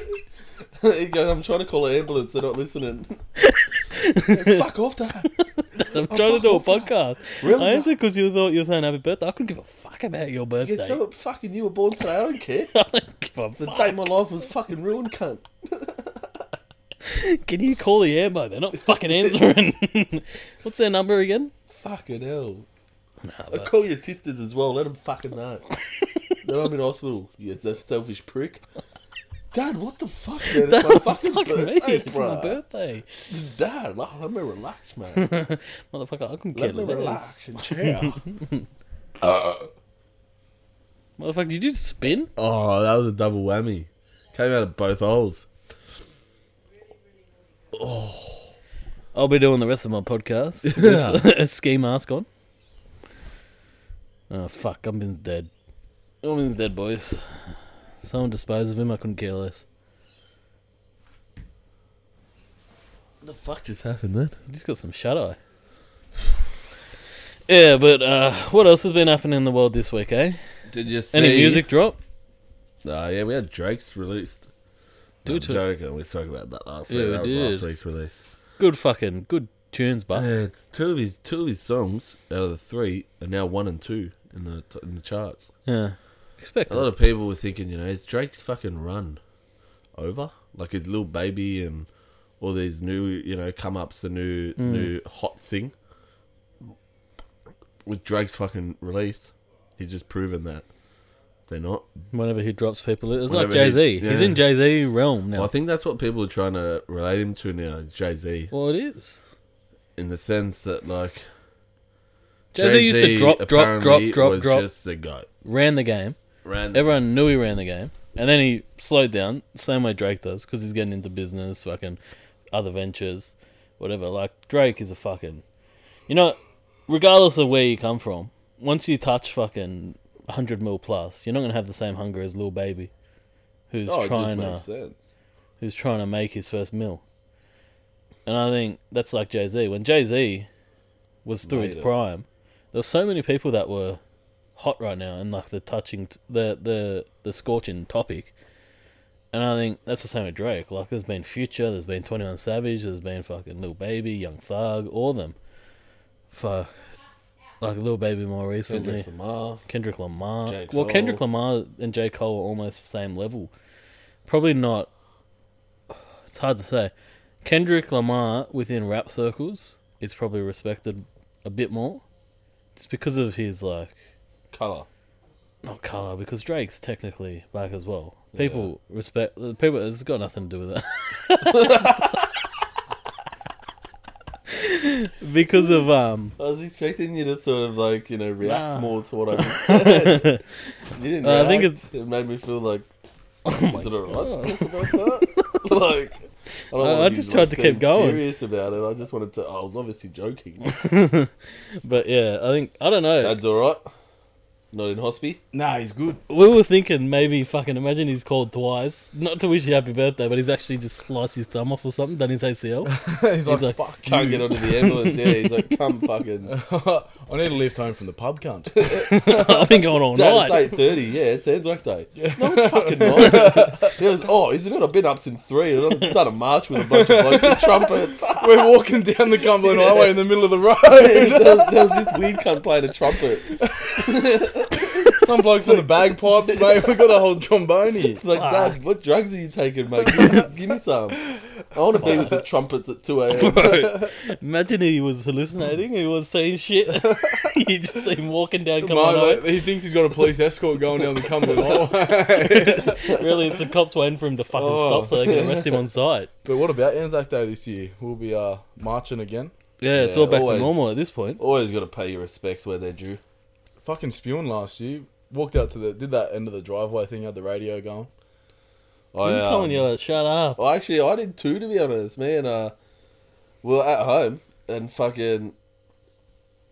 C: He goes, I'm trying to call an ambulance. They're not listening. Fuck off, Dad.
B: I'm trying to do a podcast.
C: Really?
B: I answered because you thought you were saying happy birthday. I couldn't give a fuck about your birthday.
C: You can tell fucking you were born today. I don't care.
B: I don't give a
C: The
B: fuck.
C: day my life was fucking ruined, cunt.
B: Can you call the ammo? They're not fucking answering. What's their number again?
C: Fucking hell.
B: Nah,
C: I
B: but-
C: call your sisters as well. Let them fucking know. then I'm in hospital. You se- selfish prick. Dad, what the fuck, man? It's my fucking,
B: fuck
C: birthday,
B: me. It's my
C: bruh.
B: birthday.
C: Dad, like, let me relax, man.
B: Motherfucker, I couldn't care
C: Let me
B: less.
C: relax and chill.
B: Motherfucker, did you just spin?
E: Oh, that was a double whammy. Came out of both holes.
B: I'll be doing the rest of my podcast with a ski mask on. Oh, fuck. Umbin's dead. Umbin's dead, boys. Someone dispose of him. I couldn't care less.
E: The fuck just happened then?
B: He's got some shut eye. Yeah, but uh, what else has been happening in the world this week, eh?
E: Did you see?
B: Any music drop?
E: Oh, yeah, we had Drake's released.
B: Do
E: I'm
B: to it.
E: joking. We spoke about that last
B: Yeah,
E: week.
B: we
E: That was last
B: did.
E: week's release.
B: Good fucking good tunes, but
E: Uh, Yeah, it's two of his two of his songs out of the three are now one and two in the in the charts.
B: yeah, expect
E: A lot of people were thinking, you know, is Drake's fucking run over? Like his little baby and all these new, you know, come ups, the new
B: Mm.
E: new hot thing. With Drake's fucking release, he's just proven that they're not.
B: whenever he drops people. It's like Jay
E: Whenever he-
B: Z. He's
E: yeah.
B: in Jay Z realm now.
E: Well, I think that's what people are trying to relate him to now is Jay Z,
B: well, it is.
E: in the sense that like
B: Jay Z used to
E: Jay-Z
B: drop, drop, drop,
E: apparently
B: drop,
E: was
B: drop,
E: Just the goat.
B: ran the game.
E: Ran
B: Everyone knew he ran the game, and then he slowed down, same way Drake does, because he's getting into business, fucking other ventures, whatever. Like Drake is a fucking, you know, regardless of where you come from, once you touch fucking hundred mil plus, you're not gonna have the same hunger as Lil Baby, who's
C: oh, it just
B: trying to.
C: makes sense.
B: who's trying to make his first meal. And I think that's like Jay Z. When Jay Z was through his
C: Made it.
B: prime, there were so many people that were hot right now and like the touching, t- the the the scorching topic. And I think that's the same with Drake. Like, there's been Future, there's been Twenty One Savage, there's been fucking Lil Baby, Young Thug, all of them. Fuck, like Lil Baby more recently.
C: Kendrick Lamar.
B: Kendrick Lamar.
C: J.
B: Well,
C: Cole.
B: Kendrick Lamar and J. Cole are almost the same level. Probably not. It's hard to say. Kendrick Lamar within rap circles is probably respected a bit more. Just because of his, like,
C: Colour.
B: not color, because Drake's technically black as well. People respect. People. It's got nothing to do with that. because of um
C: I was expecting you to sort of like, you know, react
B: Nah.
C: more to what I was saying. you didn't
B: Uh, I think Oh
C: react. It made me feel like, is it alright to talk about that? like, I,
B: I- I
C: wanna be,
B: just
C: like,
B: tried to keep
C: seem
B: going.
C: serious about it. I just wanted to, I was obviously joking.
B: but yeah i think i don't know
C: Dad's alright. Not in hospital.
D: Nah, he's good.
B: We were thinking maybe fucking imagine he's called twice, not to wish you happy birthday, but he's actually just sliced his thumb off or something, done his ACL.
D: he's, like,
B: like,
D: fuck
C: Can't
D: you.
C: get onto the ambulance. Yeah, he's like, come fucking.
D: I need a lift home from the pub, cunt.
B: I've been going all
C: Dad,
B: night.
C: it's 8.30. Yeah, it's Anzac Day. No, it's fucking not. He goes, oh, isn't it? I've been up since 3 and I've done a march with a bunch of blokes with trumpets.
D: We're walking down the Cumberland Highway in the middle of the road.
C: there, was, there was this weird cunt playing a trumpet.
D: Some blokes on the bagpipes, mate. We've got a whole trombone here.
C: It's like, Dad, what drugs are you taking, mate? Give me, give me some. I want to be with the trumpets at 2 a.m.
B: Bro, imagine he was hallucinating. He was saying shit. you just see him walking down
D: Mate,
B: Kamado.
D: he thinks he's got a police escort going down the Cumberland Highway.
B: really, it's the cops waiting for him to fucking
D: Oh.
B: stop so they can arrest him on sight.
D: But what about Anzac Day this year? We'll be uh, marching again.
B: Yeah, it's
C: Yeah,
B: all back
C: always.
B: to normal at this point.
C: Always got to pay your respects where they're due.
D: Fucking spewing last year. Walked out to the did that end of the driveway thing, had the radio going.
C: I,
B: Didn't someone
C: um,
B: yell out, shut up?
C: Well, actually, I did too, to be honest. Me and uh, we were at home and fucking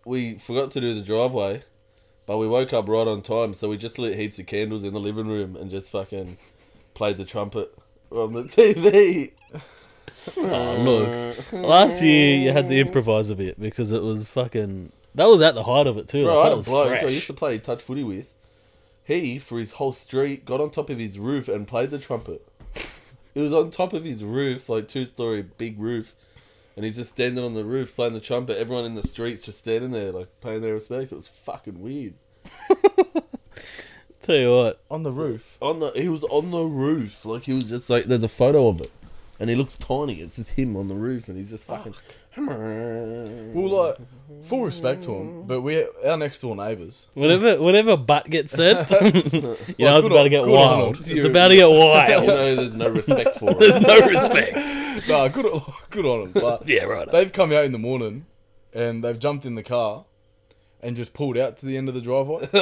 C: we forgot to do the driveway, but we woke up right on time, so we just lit heaps of candles in the living room and just fucking played the trumpet on the TV. Oh.
B: look. Last year, you had to improvise a bit because it was fucking. That was at the height of it, too.
C: Bro,
B: like,
C: I
B: that
C: had a
B: was
C: bloke I
B: fresh.
C: used to play touch footy with. He, for his whole street, got on top of his roof and played the trumpet. It was on top of his roof, like two story big roof, and he's just standing on the roof playing the trumpet. Everyone in the streets just standing there, like paying their respects. It was fucking weird.
B: Tell you what,
D: On the roof.
C: On the he was on the roof, like he was just like there's a photo of it, and he looks tiny. It's just him on the roof, and he's just fucking.
D: Well like full respect to him, but we our next door neighbours.
B: whenever whenever butt gets said, you know it's
D: good
B: about
D: on-
B: to get
D: good on
B: wild.
D: him.
B: It's about to get
C: You
B: wild.
C: know, there's no respect for
B: There's
C: it.
B: no respect.
D: nah, good on, good on him. But
B: Yeah, right.
D: They've come out in the morning and they've jumped in the car and just pulled out to the end of the driveway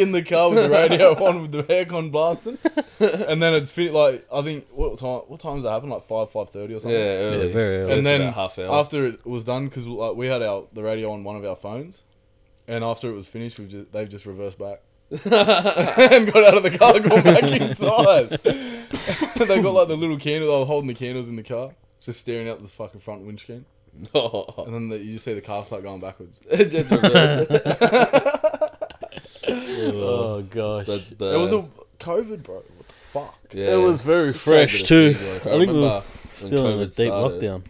D: in the car with the radio on with the aircon blasting. And then it's fit like I think what time what times that happened like 5 5:30 or
C: Yeah,
D: something.
C: early.
B: Yeah, very early.
D: and
C: It's
D: then
C: about half hour.
D: after it was done cuz like we had our the radio on one of our phones and after it was finished we've just, they've just reversed back. and got out of the car, and gone back inside. they got like the little candle. They were holding the candles in the car, just staring out the fucking front windscreen. And then the, you just see the car start going backwards.
C: Just reverse.
B: Oh gosh,
C: That's the,
D: It was a COVID, bro. What the fuck?
C: yeah.
B: it was very
C: It's
B: fresh
C: COVID
B: too.
C: thing, like,
B: I think we
C: remember
B: were
C: when
B: still in a
C: COVID
B: deep
C: started,
B: lockdown.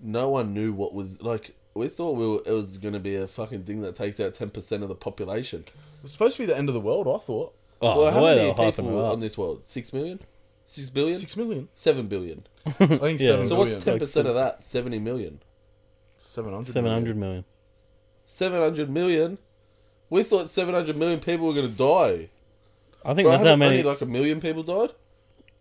C: No one knew what was like. We thought we were, it was going to be a fucking thing that takes out ten percent of the population.
D: It was supposed to be the end of the world. I thought
B: Oh,
C: well,
B: the
C: how
B: way
C: many
B: they were hyping
C: people
B: it
C: on
B: up.
C: this world? Six million, six billion,
D: six million.
C: seven billion.
D: I think
B: Yeah.
D: seven
C: So
D: million.
C: what's ten percent of that? Seventy million.
D: Seven hundred.
B: Seven hundred million.
C: Seven hundred million. We thought seven hundred million people were going to die.
B: I think
C: Bro,
B: that's how
C: haven't
B: many
C: Only like a million people died.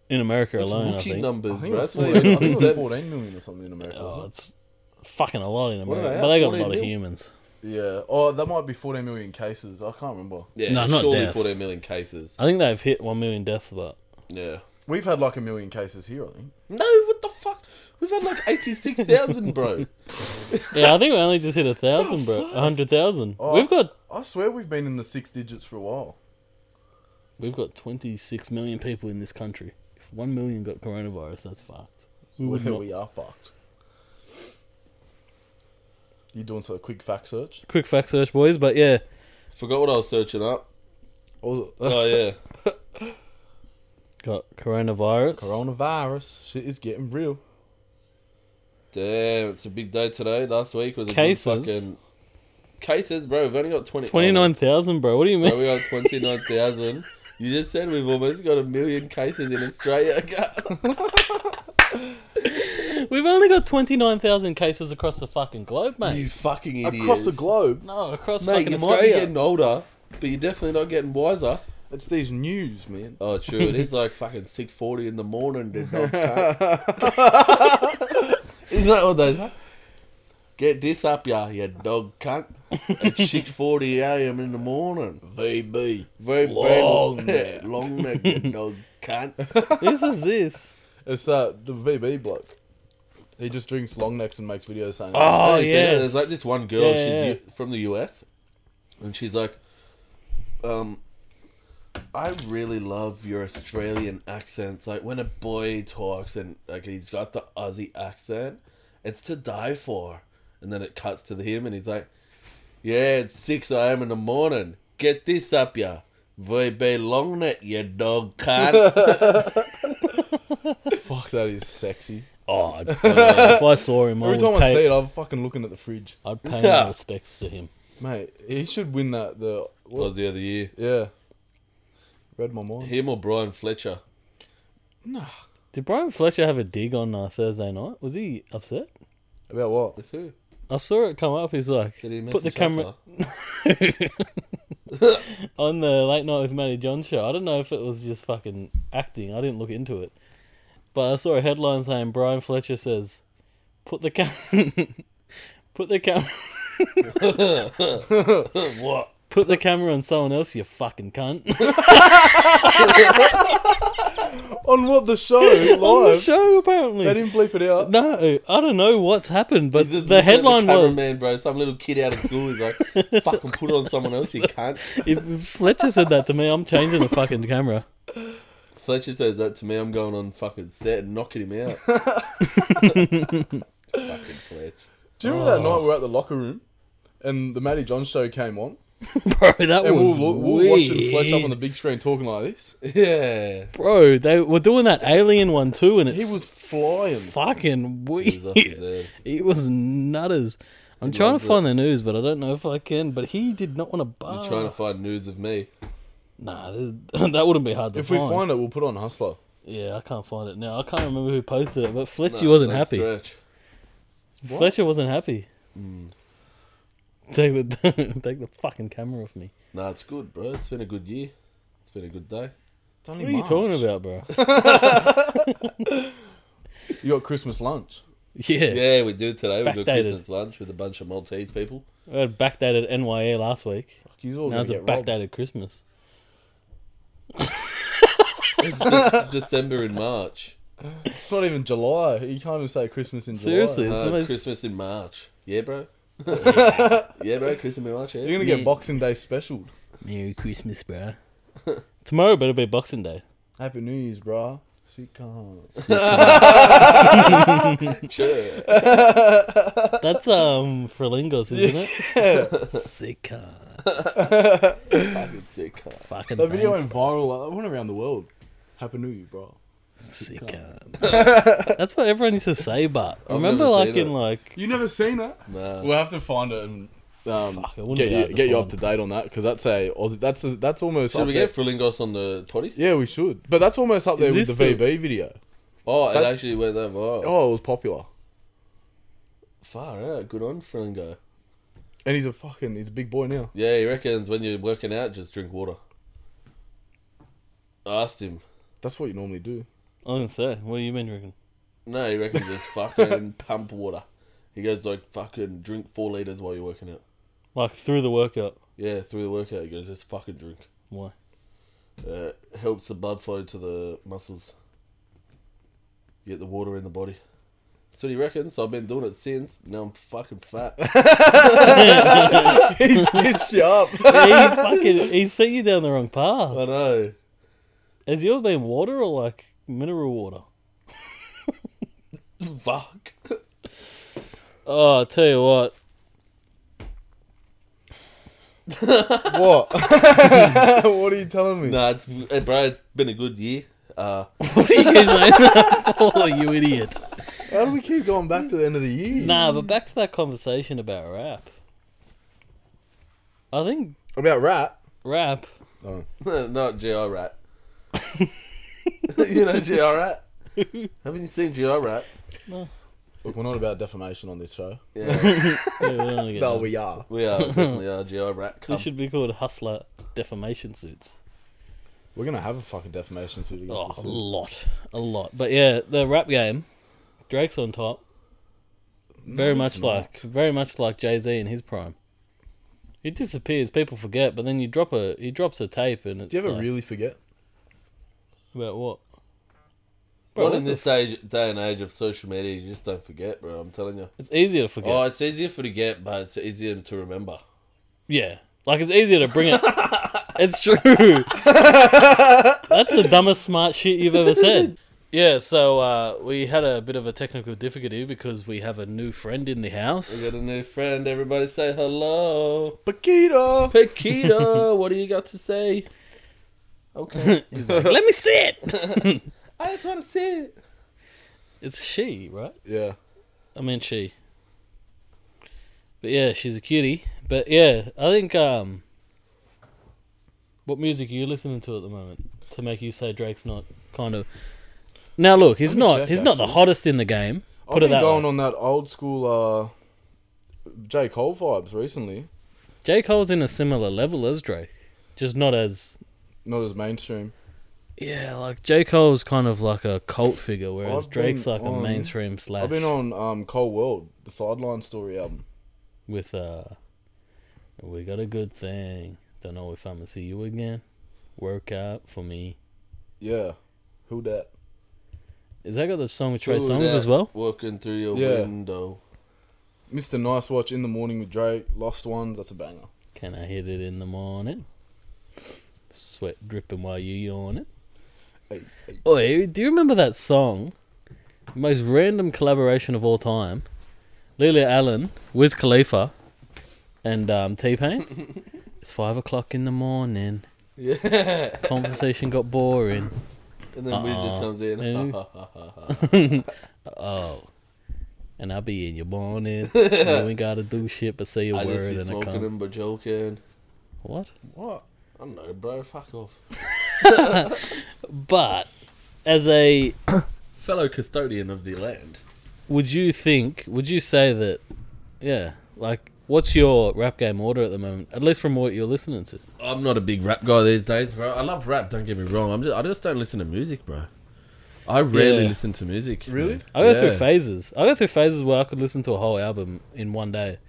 B: in America
C: That's
B: alone. I
C: rookie
B: think.
C: numbers,
D: I think
C: bro.
D: it was
C: That's not
D: 14 I
C: even
D: think it was
C: percent.
D: fourteen million or something in America.
B: Oh,
D: wasn't
B: it's fucking a lot in
C: are
B: America,
C: they
B: but
C: at?
B: they got a
C: 14
B: lot of
C: mil?
B: humans.
D: it? Yeah. Oh, that might be fourteen million cases. I can't remember.
C: Yeah,
B: No, not
C: surely
B: deaths.
C: fourteen million cases.
B: I think they've hit one million deaths, but
C: Yeah.
D: We've had like a million cases here. I think.
C: No, what the fuck? We've had like 86,000, bro.
B: yeah, I think we only just hit a thousand, bro. A hundred thousand.
D: Oh.
B: We've got
D: I swear we've been in the six digits for a while.
B: we've got twenty six million people in this country. If one million got coronavirus, that's fucked. We would not-
D: we are fucked. You doing so quick fact search?
B: Quick fact search, boys. But yeah,
C: Forgot what I was searching up.
D: Or
C: Oh, yeah.
B: got coronavirus. Oh.
D: Coronavirus shit is getting real.
C: Damn, it's a big day today. Last week was a
B: Cases?
C: good fucking... Cases, bro. We've only got 20...
B: Twenty nine thousand, bro. What do you
C: Bro,
B: mean?
C: we got 29,000. You just said we've almost got a million cases in Australia.
B: We've only got twenty nine thousand cases across the fucking globe, mate.
C: you fucking idiot.
D: Across the globe,
B: No, across
C: Mate,
B: fucking
C: you might be
B: Australia.
C: getting older, but you're definitely not getting wiser.
D: it's these news, man.
C: Oh, true. It is like fucking 6.40 in the morning, dude. Isn't that what they say? Get this up, ya, you dog cunt. At 6.40 a.m. in the morning.
D: VB.
C: Very
D: Long
C: brand-
D: neck.
C: Long neck, you dog cunt.
B: this is this.
D: It's that the VB bloke. He just drinks long necks and makes videos saying.
B: Oh
C: Have you seen it?
B: yeah.
C: There's like this one girl.
B: Yeah,
C: she's U- from the US, and she's like, um, I really love your Australian accents. Like when a boy talks and like he's got the Aussie accent, it's to die for. And then it cuts to him, and he's like, Yeah, it's six a.m. in the morning. Get this up, ya. Vebe long neck, you dog cunt.
D: Fuck, that is sexy.
B: Oh, I'd- if I saw him, I
D: Every
B: would
D: time I
B: pay,
D: see it, I'm fucking looking at the fridge,
B: I'd pay
C: Yeah.
B: my respects to him.
D: mate. He should win that. The
C: What was the other year?
D: yeah. Read my mind.
C: Him or Brian Fletcher?
D: Nah.
B: Did Brian Fletcher have a dig on uh, Thursday night? Was he upset?
D: About what?
C: With who?
B: I saw it come up. He's like,
C: Did he message
B: put the camera
C: Us,
B: on the late night with Matty John show. I don't know if it was just fucking acting. I didn't look into it, but I saw a headline saying Brian Fletcher says, "Put the cam, put the cam,
C: huh? what?
B: put the camera on someone else, you fucking cunt."
D: On what the show?
B: on the
D: Live.
B: show, apparently.
D: They didn't bleep it out.
B: No, I don't know what's happened, but
C: He's just
B: the
C: looking at
B: headline
C: the
B: was
C: cameraman, bro. Some little kid out of school is like, fucking put it on someone else, you can't.
B: if Fletcher said that to me, I'm changing the fucking camera.
C: Fletcher says that to me, I'm going on fucking set and knocking him out. fucking Fletch.
D: Do you remember that night we were at the locker room and the Matty John show came on?
B: Bro, that
D: And we
B: was
D: were, lo- we were watching
B: weird.
D: Fletch up on the big screen talking like this.
C: Yeah.
B: Bro, they were doing that alien one too, and it's
D: He was flying.
B: fucking weird.
C: He's off his head.
B: It was nutters. I'm trying to find the news, but I don't know if I can. But he did not want to
C: I'm
B: bar.
C: trying to find nudes of me.
B: Nah, this, that wouldn't be hard to
D: If we
B: find.
D: find it, we'll put it on Hustler.
B: Yeah, I can't find it now. I can't remember who posted it, but Fletcher
C: Nah,
B: wasn't
C: don't
B: happy.
C: stretch.
B: Fletcher wasn't happy.
C: Hmm.
B: Take the take the fucking camera off me.
C: Nah, it's good, bro. It's been a good year. It's been a good day.
D: It's only
B: What are you
D: March.
B: talking about, bro?
D: You got Christmas lunch.
B: yeah.
C: Yeah, we do today. We do
B: Backdated.
C: Christmas lunch with a bunch of Maltese people.
B: I had backdated NYA last week.
D: He's all
B: Now
D: going
B: it's
D: to
B: a
D: get robbed.
B: backdated Christmas.
C: It's just December and March.
D: It's not even July. You can't even say Christmas in July.
B: Seriously, it's
C: Uh,
B: the most-
C: Christmas in March. Yeah, bro. yeah, bro. Christmas in March.
D: You're
C: Yeah.
D: going to get Boxing Day special.
B: Merry Christmas, bro. Tomorrow better be Boxing Day.
D: Happy New Year's, bruh. She can't.
C: Sure.
B: That's um Frelingos, isn't it? Sick. uh,
C: Fucking sick. huh?
B: Fucking
D: That video
B: thanks,
D: went viral. Like, that went around the world. Happy New Year, bro.
B: sick. uh, That's what everyone used to say, but
C: I've
B: remember,
C: never
B: like
C: seen
B: in
C: it.
B: like
D: You never seen that?
C: Nah.
D: We'll have to find it and um,
B: Fuck, I wouldn't
D: get
B: be able
D: you
B: to
D: get you up
B: find
D: to date on that because that's a Aussie- that's a, that's almost
C: Should
D: up
C: we
D: there.
C: get Frillingos on the toddy?
D: yeah we should, but that's almost up there with the
B: this
D: VB video.
C: Oh, it
D: That-
C: actually went that viral.
D: Oh, it was popular,
C: Far out. Good on Frillingo.
D: and he's a fucking he's a big boy now.
C: Yeah, he reckons when you're working out, just drink water. I asked him.
D: That's what you normally do.
B: I was gonna say, what have you been drinking?
C: No, he reckons it's fucking pump water. He goes like fucking drink four liters while you're working out.
B: Like through the workout.
C: Yeah, through the workout, he goes just fucking drink.
B: Why?
C: Uh, helps the blood flow to the muscles. Get the water in the body. That's what he reckons. So I've been doing it since. Now I'm fucking fat.
D: he stitched you up.
B: Yeah, he fucking he sent you down the wrong path.
C: I know.
B: Has yours been water or like mineral water?
C: Fuck.
B: Oh, I tell you what,
D: what? what are you telling me?
C: Nah, it's eh, bro. It's been a good year. Uh,
B: what are you guys saying that for, you idiot?
D: How do we keep going back to the end of the year?
B: Nah, but back to that conversation about rap. I think
D: About rat.
B: rap.
C: not Gr Rat. you know Gr Rat. Haven't you seen Gr Rat?
D: Look, we're not about defamation on this show.
C: Yeah,
B: Yeah, we don't wanna get
D: No,
B: done.
D: we are.
C: we are definitely are Gr Rat. Come.
B: This should be called Hustler Defamation Suits.
D: We're gonna have a fucking defamation suit against
B: Oh,
D: us.
B: a
D: soon.
B: lot. A lot. But yeah, the rap game, Drake's on top. Very
D: No,
B: much
D: it's
B: like
D: not.
B: very much like Jay Z in his prime. He disappears, people forget, but then you drop a he drops a tape and it's
D: Do you ever
B: like,
D: really forget?
B: about what? Bro,
C: Not
B: what
C: in
B: the
C: this day, day and age of social media, you just don't forget, bro. I'm telling you.
B: It's easier to forget.
C: Oh, it's easier for to get, but it's easier to remember.
B: Yeah. Like it's easier to bring it. it's true. That's the dumbest smart shit you've ever said. Yeah, so uh, we had a bit of a technical difficulty because we have a new friend in the
C: We
B: house.
C: got a new friend. Everybody say hello.
D: Paquita.
C: Paquita, what do you got to say? Okay. He's like,
B: Let me see it.
C: I just want to see it.
B: It's she, right?
D: Yeah.
B: I mean she. But yeah, she's a cutie. But yeah, I think um what music are you listening to at the moment to make you say Drake's not kind of Now look, he's
D: Let me
B: not
D: check,
B: he's not the
D: actually.
B: hottest in the game. Put
D: I've
B: it
D: been
B: that
D: going
B: way.
D: on that old school uh, J Cole vibes recently.
B: J Cole's in a similar level as Drake, just not as
D: Not as mainstream.
B: yeah. Like J Cole's kind of like a cult figure, whereas
D: I've
B: Drake's
D: been
B: like a
D: on-
B: mainstream slash
D: I've been on um, Cole World, the Sideline Story album.
B: with uh, we got a good thing. Don't know if I'm gonna see you again. Work out for me.
D: Yeah, who dat?
B: Is that got the song with Trey
F: Through
B: Songs
F: that
B: as well?
F: Walking through your
D: Yeah.
F: window.
D: Mr. Nice Watch in the morning with Drake. Lost Ones. That's a banger.
B: Can I hit it in the morning? Sweat dripping while you yawning.
D: Hey, hey.
B: Oi, do you remember that song? Most random collaboration of all time. Lilia Allen, Wiz Khalifa, and um, T Pain. it's five o'clock in the morning.
F: Yeah.
B: Conversation got boring.
F: And then Wiz
C: Uh-uh.
F: just comes in.
B: Maybe.
F: Ha, ha, ha, ha.
B: Oh. And I'll be in your morning. you ain't gotta do shit but say a
F: I just
B: word
F: be
B: and a
F: smoking
B: cunt.
F: him but joking.
B: What?
F: What? I don't know, bro. Fuck off.
B: But as a
C: Fellow custodian of the land.
B: would you think would you say that yeah like what's your rap game order at the moment at least from what you're listening to
C: I'm not a big rap guy these days, bro. I love rap. Don't get me wrong. I'm just, I just don't listen to music, bro. I rarely
B: Yeah.
C: listen to music.
D: Really?
C: man.
B: i go through
C: Yeah.
B: phases i go through phases where i could listen to a whole album in one day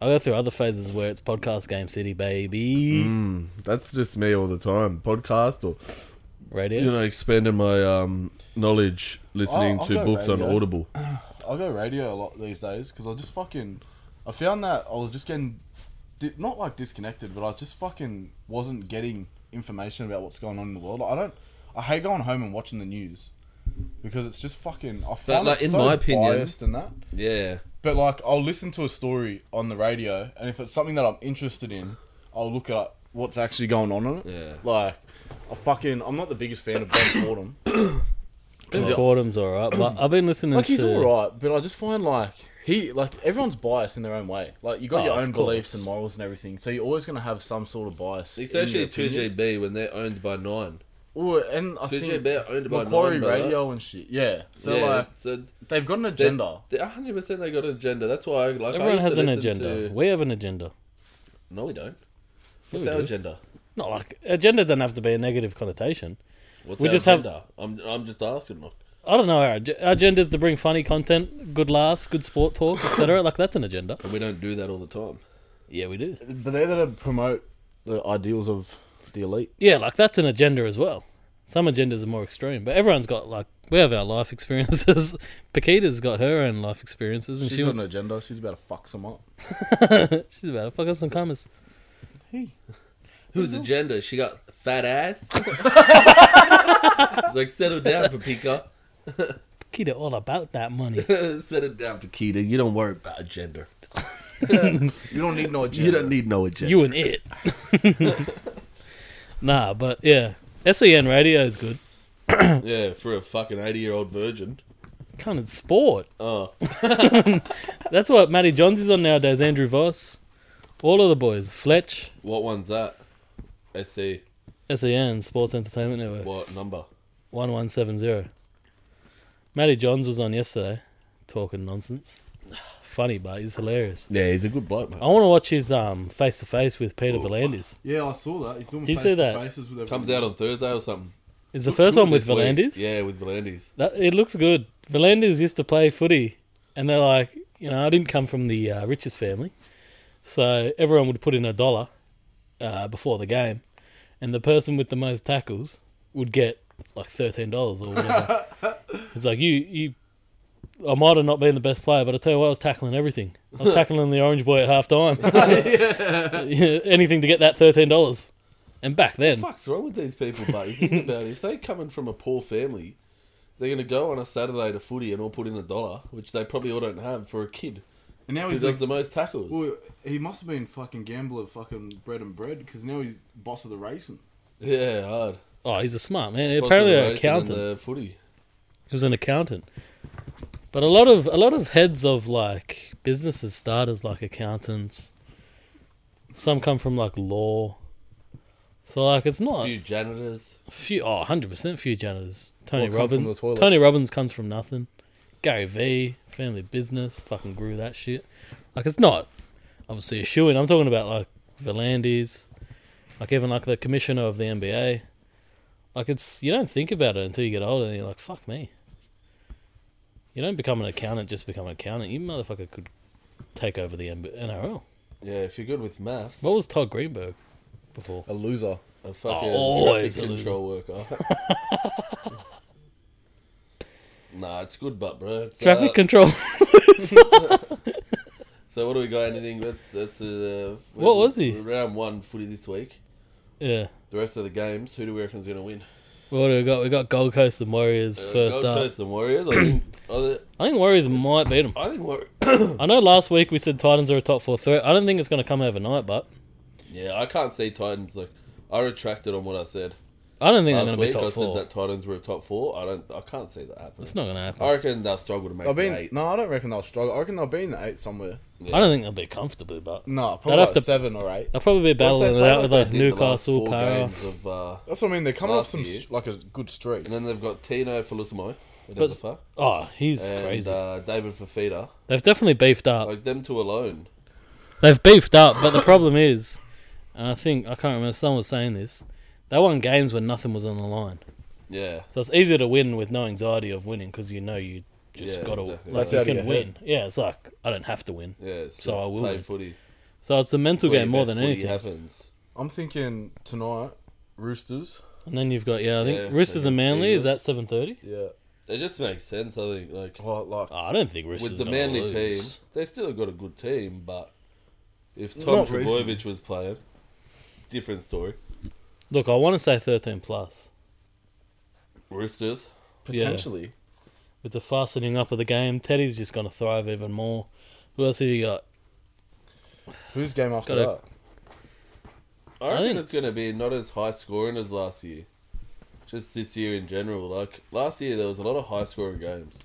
B: i go through other phases where it's podcast game city baby
C: Mm, that's just me all the time. Podcast or
B: radio
C: you know, expanding my um, knowledge listening
D: I'll- I'll
C: to
D: go
C: books on
D: radio.
C: Audible.
D: I go radio a lot these days because I just fucking. I found that I was just getting. Di- not like disconnected, but I just fucking wasn't getting information about what's going on in the world. I don't. I hate going home and watching the news because it's just fucking. I find
C: like,
D: it
C: in
D: so
C: my opinion-
D: biased and that.
C: Yeah.
D: But like, I'll listen to a story on the radio, and if it's something that I'm interested in, I'll look at what's actually going on in it.
C: Yeah.
D: Like, I fucking. I'm not the biggest fan of Ben Fordham.
B: Ben Fordham's all right but i've been listening
D: Like
B: to
D: he's all right, but I just find like he like everyone's biased in their own way. Like you got
B: Oh,
D: your
B: of
D: own beliefs
B: course.
D: and morals and everything, so you're always gonna have some sort of bias. in
C: Especially
D: your opinion.
C: 2GB when they're owned by Nine.
D: Ooh, and I think
C: 2GB are owned by
D: Macquarie
C: Nine. bro.
D: Radio and shit. Yeah, so
C: yeah,
D: like
C: so
D: they've got an agenda.
C: they 100% they got an agenda. That's why I like I
B: everyone
C: used
B: has
C: to
B: an
C: listen
B: agenda
C: to-
B: we have an agenda
C: No, we don't.
B: Yeah,
C: What's
B: we
C: our
B: do.
C: agenda?
B: not like agenda doesn't have to be a negative connotation
C: What's
B: We
C: our
B: just have-
C: agenda? I'm, I'm just asking. Look.
B: I don't know. Our ag- our agenda's to bring funny content, good laughs, good sport talk, etc. like that's an agenda.
C: And we don't do that all the time.
B: Yeah, we do.
D: But they're there to promote the ideals of the elite.
B: Yeah, like that's an agenda as well. Some agendas are more extreme, but everyone's got like we have our life experiences. Paquita's got her own life experiences, and
D: She's
B: she
D: got an agenda. She's about to fuck some up.
B: she's about to fuck up some comments.
C: Whose agenda? She got fat ass. it's like settle down, Papika.
B: Paquita, all about that money.
C: settle down, Paquita. You don't worry about agenda.
D: You don't need no agenda.
C: You don't need no agenda.
B: you and it. nah, but yeah, Sen radio is good.
C: yeah, for a fucking eighty-year-old virgin.
B: Kind of sport.
C: Oh,
B: That's what Matty Johns is on nowadays. Andrew Voss, all of the boys. Fletch,
C: what one's that? SC.
B: Sen Sports Entertainment Network.
C: What number?
B: One one seven zero. Matty Johns was on yesterday, talking nonsense. Funny, but he's hilarious.
C: Yeah, he's a good bloke, man.
B: I want to watch his um face to face with Peter Valandis.
D: Yeah, I saw that. He's doing
B: Did you
D: face
B: see that?
D: to faces with everyone.
C: Comes out on Thursday or something.
B: Is the first one with
C: This week.
B: Valandis?
C: Yeah, with Valandis.
B: That, it looks good. Valandis used to play footy, and they're like, you know, I didn't come from the uh, richest family, so everyone would put in a dollar uh, before the game, and the person with the most tackles would get like thirteen dollars or whatever. it's like you, you, I might have not been the best player, but I tell you what, I was tackling everything. I was tackling the orange boy at half time. Yeah, anything to get that thirteen dollars. And back then,
C: Fuck's wrong with these people, mate? You Think about it. If they coming from a poor family, they're gonna go on a Saturday to footy and all put in a dollar, which they probably all don't have for a kid
D: And now
C: who
D: he's
C: does
D: the
C: the most tackles.
D: Well, he must have been fucking gambler, fucking bread and bread, because now he's boss of the racing.
C: Yeah, hard.
B: oh, he's a smart man.
C: Plus
B: Apparently,
C: the
B: an
C: racing and
B: accountant.
C: the footy.
B: He was an accountant. But a lot of a lot of heads of like businesses start as like accountants. Some come from like law. So like it's not
C: Few janitors.
B: few oh 100 percent few janitors. Tony
D: What come from
B: Robbins.
D: the toilet?
B: Tony Robbins comes from nothing. Gary V. Family business. Fucking grew that shit. Like it's not obviously a shoe in. I'm talking about like Valandis, like even like the commissioner of the NBA. Like it's you don't think about it until you get older and you're like fuck me. You don't become an accountant just become an accountant. You motherfucker could take over the NB NRL.
C: Yeah, if you're good with maths,
B: What was Todd Greenberg before?
D: A loser.
C: a fucking
B: Oh, always
C: traffic
B: a loser.
C: control worker. nah, it's good, but bro, it's,
B: Traffic
C: uh,
B: control.
C: So what do we got? Anything? That's that's uh,
B: What was he?
C: Round one footy this week.
B: yeah.
C: The rest of the games, who do we reckon's gonna win?
B: What do we got? We got Gold Coast and Warriors
C: Uh,
B: first
C: Gold
B: up.
C: Coast and Warriors. I think, I thi-
B: I think Warriors might beat them.
C: I think Warriors.
B: I know last week we said Titans are a top four threat. I don't think it's going to come overnight, but
C: yeah, I can't see Titans. Like, I retracted on what I said
B: I don't think they're going
C: last
B: to be
C: week. I
B: top
C: said
B: four.
C: that Titans were top four. I don't. I can't see that happening.
B: It's not going to happen.
C: I reckon they'll struggle to make
D: I've
C: the
D: been
C: eight.
D: no, I don't reckon they'll struggle. I reckon they'll be in the eight somewhere.
B: I don't think they'll be comfortable, but
D: No,
B: They'd
D: probably
B: have
D: like
B: to-
D: seven or eight.
B: they'll probably be
C: What if
B: battling
C: they
B: it
C: play
B: out with
C: they
B: like
C: did the last
B: Newcastle,
C: four
B: Para.
C: games of, uh,
D: That's what I mean. They're coming off
C: Last
D: some
C: year.
D: st- like a good streak.
C: and then they've got Tino Felusimo.
B: But- Oh, he's
C: and
B: crazy.
C: Uh, David Fafita.
B: They've definitely beefed up.
C: Like them two alone.
B: They've beefed up, but the problem is, and I think I can't remember. Someone was saying this. They won games when nothing was on the line,
C: Yeah.
B: so it's easier to win with no anxiety of winning because you know you just
C: Yeah,
B: got to
C: exactly.
B: like
D: That's
B: you
D: out of
B: can
D: your head.
B: win. Yeah, it's like I don't have to win.
C: Yeah. It's
B: So
C: just
B: I will
C: play
B: win.
C: footy.
B: So it's the mental
C: Where
B: game
C: your
B: more
C: best
B: than
C: footy
B: anything.
C: happens.
D: I'm thinking tonight, Roosters.
B: And then you've got yeah, I think
C: Yeah,
B: Roosters and
C: against
B: Manly is
C: Eagles.
B: that seven thirty?
D: Yeah.
C: It just makes sense. I think like
D: Well, like
B: Oh, I don't think Roosters
C: with the
B: gonna
C: Manly team,
B: lose.
C: they still got a good team, but if Tom
D: Not
C: Trebojevic was playing, different story.
B: Look, I want to say thirteen plus
C: Roosters.
D: potentially.
B: with the fastening up of the game. Teddy's just going to thrive even more. Who else have you got?
D: Who's game after
B: Gotta-
D: that?
C: I reckon
B: think-
C: it's going to be not as high scoring as last year. Just this year in general. Like last year, there was a lot of high scoring games.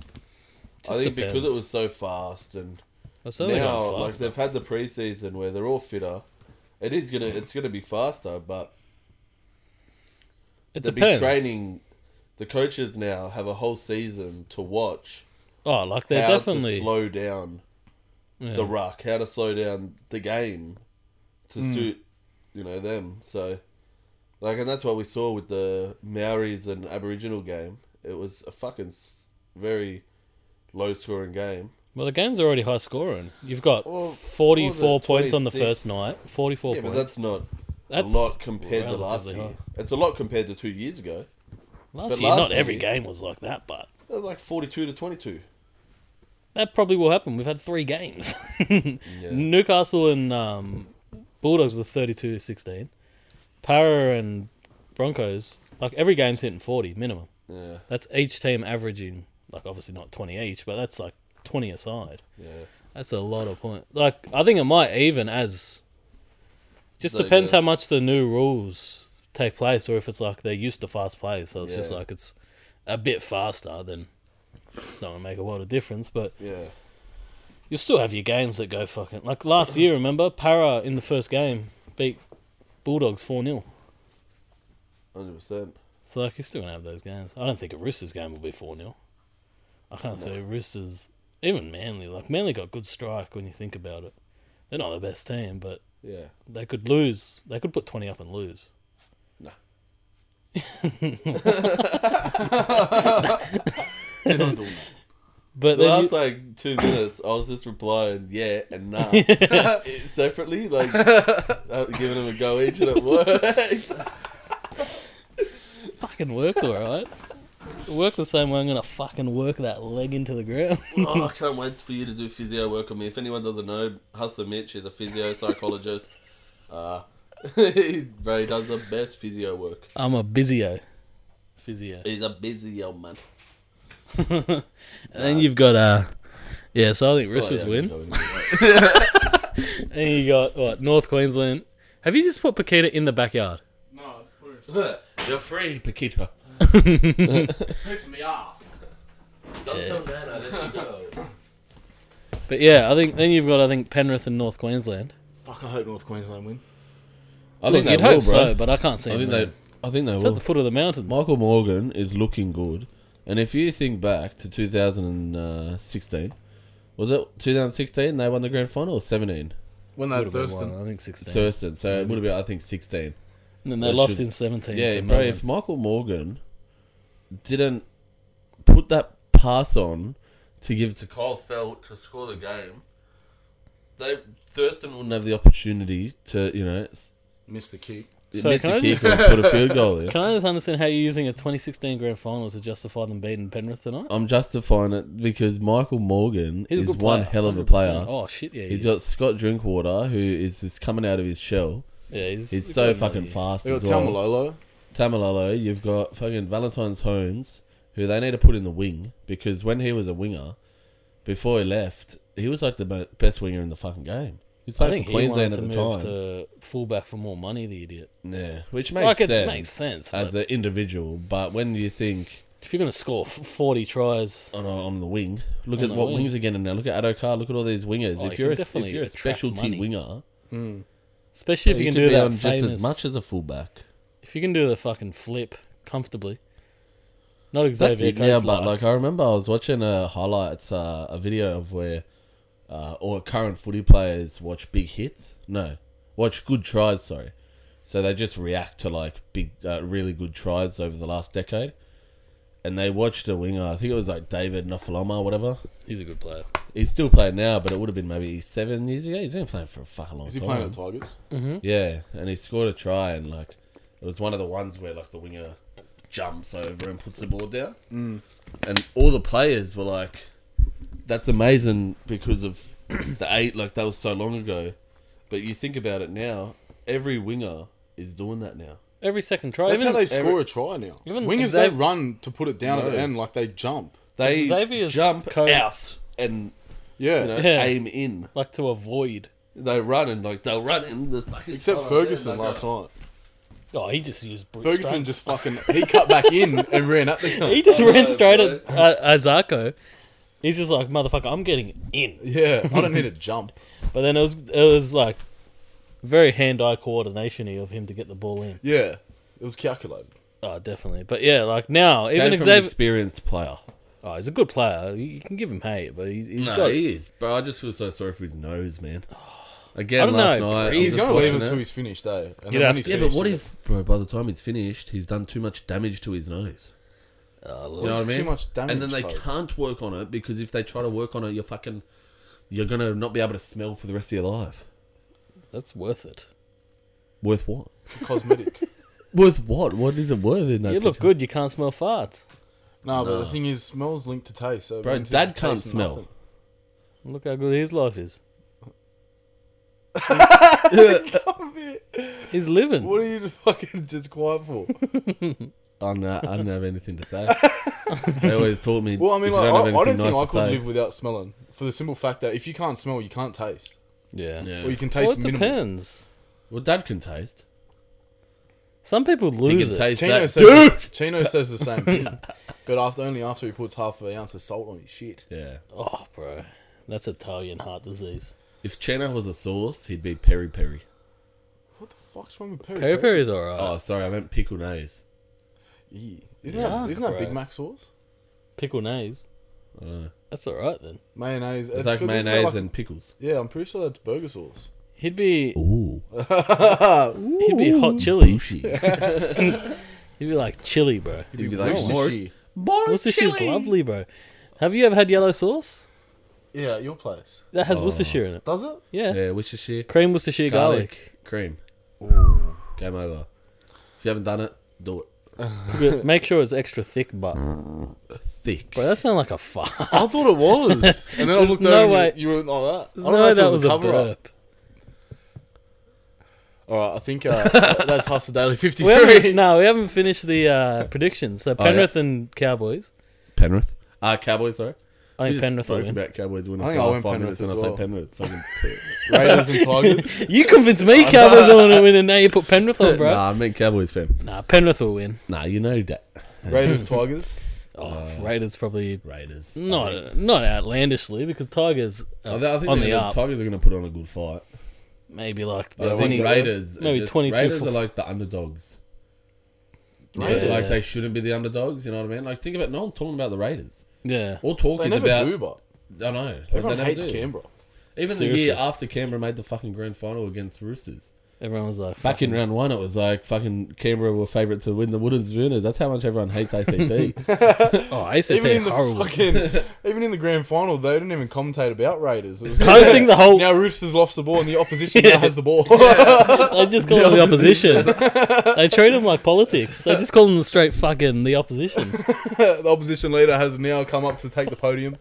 C: I
B: Just
C: think because
B: depends.
C: it was so fast and
B: I've certainly
C: now
B: gone
C: like
B: fast.
C: they've had the preseason where they're all fitter. It is gonna it's gonna be faster, but
B: it
C: they'll
B: depends.
C: be training. The coaches now have a whole season to watch
B: Oh, like they're
C: how
B: definitely
C: to slow down
B: yeah.
C: the ruck, how to slow down the game to suit, you know, them. So, like, and that's what we saw with the Maoris and Aboriginal game. It was a fucking s- very low scoring game.
B: well, the game's already high scoring. You've got
C: Well,
B: forty-four
C: what was it,
B: points on the
C: 26?
B: first night. Forty-four
C: yeah, but
B: points.
C: that's not
B: That's
C: a lot compared to last
B: relatively
C: year.
B: high.
C: It's a lot compared to two years ago.
B: Last
C: but
B: year,
C: last
B: not every
C: year-
B: game was like that, but
C: It was like 42 to 22.
B: that probably will happen. We've had three games.
C: Yeah.
B: Newcastle and um, Bulldogs were 32 to 16. Para and Broncos, like every game's hitting 40 minimum.
C: Yeah,
B: That's each team averaging, like obviously not 20 each, but that's like 20 a side.
C: yeah.
B: That's a lot of points. Like, I think it might even as. Just
C: They
B: depends how
C: just-
B: much the new rules take place, or if it's like they're used to fast play, so it's just
C: Yeah.
B: like it's a bit faster, then it's not going to make a world of difference, but
C: Yeah.
B: You'll still have your games that go fucking like last year. Remember, Para in the first game beat Bulldogs four 0
C: 100%.
B: So like, you're still gonna have those games. I don't think a Roosters game will be four 0 I can't say Roosters, even Manly. Like Manly got good strike when you think about it. They're not the best team, but
C: Yeah.
B: they could lose. They could put twenty up and lose.
D: They're not doing that.
B: But
C: The
B: then
C: last
B: you,
C: like two minutes, I was just replying yeah and nah separately, like uh, giving them a go each, and it worked.
B: fucking worked all right. Work the same way. I'm gonna fucking work that leg into the ground.
C: oh, I can't wait for you to do physio work on me. If anyone doesn't know, Hustler Mitch is a physio psychologist. Uh, he's, bro, he does the best physio work.
B: I'm a physio. Physio.
C: He's a busy old man.
B: And then you've got uh yeah, so I think Roosters
C: yeah,
B: win.
C: go in.
B: And you got what North Queensland. Have you just put Paquita in the backyard?
D: No, it's push.
C: You're free, Paquita.
D: Piss me off.
C: Don't tell Nana that you go.
B: But yeah, I think then you've got I think Penrith and North Queensland.
D: Fuck! I hope North Queensland win.
C: I
B: Look,
C: think they
B: you'd
C: will,
B: hope
C: bro.
B: so, but I can't see
C: I
B: him.
C: think
B: there.
C: they. I think they
B: it's
C: will.
B: at the foot of the mountains.
C: Michael Morgan is looking good, and if you think back to 2016, was it 2016 they won the grand final or 17?
D: When
B: Would
D: they
B: have been
D: Thurston.
B: one, I think 16.
C: Thurston, so it would have been I think 16.
B: and then they
C: That
B: lost
C: should-
B: in 17.
C: Yeah,
B: to
C: bro.
B: Melbourne.
C: If Michael Morgan didn't put that pass on to give to Kyle Felt to score the game, they Thurston wouldn't have the opportunity to you know s-
D: Missed the kick.
B: So
C: miss
B: can I
C: a kick
B: just-
C: or put a field goal in.
B: Can I just understand how you're using a 2016 grand final to justify them beating Penrith tonight?
C: I'm justifying it because Michael Morgan
B: a
C: is
B: good
C: one
B: player,
C: hell of a
B: 100%.
C: player.
B: Oh shit, yeah, he
C: He's
B: is.
C: got Scott Drinkwater, who is just coming out of his shell.
B: yeah, he's,
C: He's
B: he's
C: so
B: got
C: fucking
B: money.
C: fast
D: They got
C: as well.
D: Tamalolo.
C: Tamalolo, you've got fucking Valentine's Holmes, who they need to put in the wing because when he was a winger, before he left, he was like the mo- best winger in the fucking game. He's
B: I
C: playing
B: think
C: for
B: he
C: Queensland
B: wanted
C: at the
B: to move
C: time.
B: to fullback for more money. The idiot.
C: Yeah, which makes
B: Like, it
C: sense.
B: makes sense,
C: as an individual, but when you think
B: If you're gonna score f- 40 tries,
C: on, on the wing. Look
B: On
C: at
B: the
C: what
B: wing.
C: wings are getting now. Look at Adokar. Look at all these wingers.
B: Oh, he
C: if you're
B: can
C: a, if
B: definitely
C: you're a
B: attract
C: specialty
B: money.
C: winger,
B: especially if you,
C: you
B: can
C: could
B: do
C: be
B: that
C: on
B: famous,
C: just as much as a fullback.
B: if you can do the fucking flip comfortably. Not
C: That's
B: Xavier
C: it now.
B: Coates.
C: But like I remember, I was watching a highlights uh, a video of where uh, or current footy players watch big hits. No, watch good tries. Sorry, so they just react to like big, uh, really good tries over the last decade. And they watched a winger. I think it was like David Nofaloma, whatever.
B: he's a good player.
C: He's still playing now, but it would have been maybe seven years ago. He's been playing for a fucking long
D: Is he
C: time.
D: playing at Tigers?
C: Yeah, and he scored a try, and like it was one of the ones where like the winger jumps over and puts the ball down, mm. and all the players were like, "That's amazing because of the eight like that was so long ago." But you think about it now, every winger is doing that now.
B: Every second try,
D: That's
B: even
D: how they score a try now.
B: even
D: Wingers, they
B: Xav-
D: run to put it down at
C: No.
D: the end like they jump.
C: They
B: Xavier's
C: jump
B: coach-
C: out and
D: Yeah.
C: you know
B: Yeah.
C: aim in.
B: like to avoid.
C: They run and like they'll run in the fucking
D: Except
C: tunnel,
D: Ferguson
C: and they go-
D: last night.
B: Oh, he just used brute
D: Ferguson
B: strength.
D: just fucking he cut back in and ran up the
B: He just
C: Oh,
B: ran
C: no,
B: straight
C: bro.
B: at uh, Azarko. He's just like motherfucker. I'm getting in.
D: Yeah, I don't need a jump.
B: But then it was it was like very hand-eye coordinationy of him to get the ball in.
D: Yeah, it was calculated.
B: Oh, definitely. But yeah, like now
C: Came
B: even
C: from an
B: Xavier.
C: experienced player.
B: Oh, he's a good player. You you can give him hate, but he, he's
C: no,
B: got.
C: he is. But I just feel so sorry for his nose, man. Again,
B: I don't
C: last
B: know,
C: night. I
D: He's
C: was
D: gonna
C: just
D: leave
C: watching
D: until
C: it.
D: he's finished, eh? And then
B: You'd
D: when
B: have
D: he's
B: to-
C: Yeah, but
D: finished,
C: what
D: he's-
C: if, bro? By the time he's finished, he's done too much damage to his nose.
B: Oh, look.
C: You know what I
D: It's
C: mean?
D: too much
C: and then
D: damage,
C: they
D: bro.
C: can't work on it because if they try to work on it, you're fucking, you're gonna not be able to smell for the rest of your life.
B: that's worth it.
C: Worth what?
D: cosmetic?
C: Worth what? What is it worth in that?
B: You look
C: situation?
B: good. You can't smell farts.
D: no, but the thing is, smell's linked to taste. So it
C: bro.
D: means
C: Dad
D: it
C: can't
D: tastes
C: smell.
D: nothing.
B: Look how good his life is. He's living.
D: What are you fucking just quiet for?
C: I don't, know- I don't have anything to say. they always taught me.
D: Well, I mean,
C: if you
D: like,
C: don't have
D: I, I
C: anything nice
D: don't think I
C: to
D: could
C: say-
D: live without smelling for the simple fact that if you can't smell, you can't taste,
B: yeah.
C: Yeah.
D: or you can
B: Well,
D: taste
B: it
D: minimal.
B: depends.
C: Well, Dad can taste.
B: Some people
C: He
B: lose
C: can
B: it.
C: taste
D: Chino
C: that.
D: says, Chino says the same thing, but after only after he puts half an ounce of salt on his shit.
C: yeah.
B: oh, bro, that's Italian heart disease.
C: If Chino was a sauce, he'd be peri peri.
D: What the fuck's wrong with peri
B: Peri
D: peri?
B: peri's alright.
D: Uh,
C: Oh, sorry, I meant pickle nose.
D: Yeah. Isn't
B: Yeah,
D: that isn't that
B: bro.
D: Big Mac sauce?
B: Pickle nays.
C: Uh,
B: That's alright then.
D: Mayonnaise.
C: it's like
D: 'cause not
C: mayonnaise
D: like-
C: and pickles.
D: yeah, I'm pretty sure that's burger sauce.
B: He'd be
C: Ooh,
B: he'd be hot chili. He'd be like chili, bro.
C: He'd be like,
D: Worcestershire.
C: more, more
B: Worcestershire's
C: chili.
B: lovely, bro. Have you ever had yellow sauce?
D: Yeah, at your place.
B: That has Worcestershire in it.
D: Does it?
B: Yeah.
C: Yeah, Worcestershire
B: Cream Worcestershire garlic.
C: garlic, cream. Game over. If you haven't done it, do it.
B: Good. Make sure it's extra thick, but bro,
C: Thick.
B: that sounds like a fart.
D: I thought it was. and then I
B: There's
D: looked
B: no
D: over
B: way-
D: and you, you weren't like that. I
B: No,
D: don't know if
B: that
D: it
B: was
D: was
B: a,
D: cover up.
B: burp.
D: All right, I think uh, that's Hustle Daily
B: We haven't,
D: 53.
B: no, we haven't finished the uh, predictions. So
C: Oh, yeah.
B: Penrith and Cowboys.
C: Penrith. Uh, Cowboys, sorry.
B: I
C: We
B: think
C: just
B: Penrith will
C: spoke
B: win.
C: about Cowboys winning
D: I
C: for
D: think I
C: like
D: went
C: five minutes
D: Penrith
C: and I
D: as
C: say
D: well.
C: Penrith. Fucking tit.
D: Raiders and Tigers.
B: You convinced me Cowboys will win, and now you put Penrith on, bro.
C: Nah, I meant Cowboys fan.
B: Nah, Penrith will win.
C: Nah, you know that.
D: Raiders, Tigers.
B: Oh,
C: Uh,
B: Raiders probably
C: Raiders.
B: not not outlandishly because Tigers are
C: I, think- I think
B: on
C: they're
B: the
C: gonna-
B: up.
C: Tigers are going to put on a good fight.
B: maybe like
C: I think
B: 20
C: Raiders, are
B: maybe
C: just,
B: 22
C: Raiders
B: for-
C: are like the underdogs.
B: Yeah.
C: Right? Like they shouldn't be the underdogs. You know what I mean? Like think about no one's talking about the Raiders.
B: yeah.
C: All talk
D: They
C: is
D: never
C: about.
D: do, but
C: I know. but they
D: everyone
C: never
D: hates
C: do.
D: Canberra.
C: Even
B: Seriously.
C: the year after Canberra made the fucking grand final against Roosters.
B: Everyone was like,
C: Back in round one, it was like fucking Canberra were favourite to win the Wooden Spooners. That's how much everyone hates ACT.
B: oh, ACT
D: Even in the
B: horrible.
D: fucking, even in the grand final, they didn't even commentate about Raiders. It was
B: I don't think the whole.
D: now Roosters lost the ball and the opposition now has the ball.
B: They just call them the opposition. they treat them like politics. They just call them straight fucking the opposition.
D: the opposition leader has now come up to take the podium.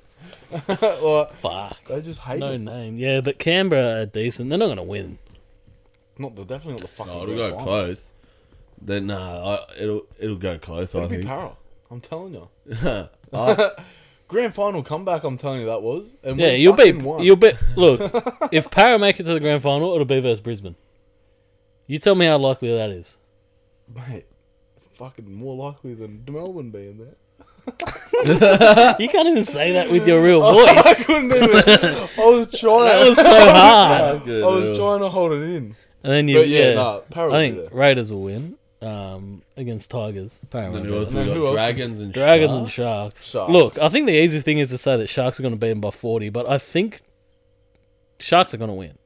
D: like,
B: Fuck.
D: they just hate
B: No
D: it.
B: name. Yeah, but Canberra are decent. They're not going to win.
D: Not the definitely not the fucking.
C: oh,
D: No,
C: it'll go close. Then nah, I, it'll it'll go close. I
D: It'll be
C: think.
D: para. I'm telling you. grand final comeback. I'm telling you that was. And
B: Uh. Yeah,
D: we
B: you'll be.
D: fucking won.
B: You'll be. Look, if Para make it to the grand final, it'll be versus Brisbane. You tell me how likely that is.
D: mate. Fucking more likely than Melbourne being there.
B: You can't even say that with your real voice.
D: I couldn't even. I was trying.
B: That was so hard.
D: I was trying to hold it in.
B: And then you,
D: But yeah,
B: yeah,
D: nah,
B: I
D: Para will be
B: think
D: there.
B: Raiders will win um, against Tigers. Para
C: And
B: won't
C: then
B: be there.
C: who else
D: And
C: we
D: then
C: got?
D: who else is-
C: Dragons and
B: Dragons
C: Sharks?
B: and Sharks.
D: Sharks.
B: Look, I think the easiest thing is to say that Sharks are going to beat them by 40, but I think Sharks are going to win.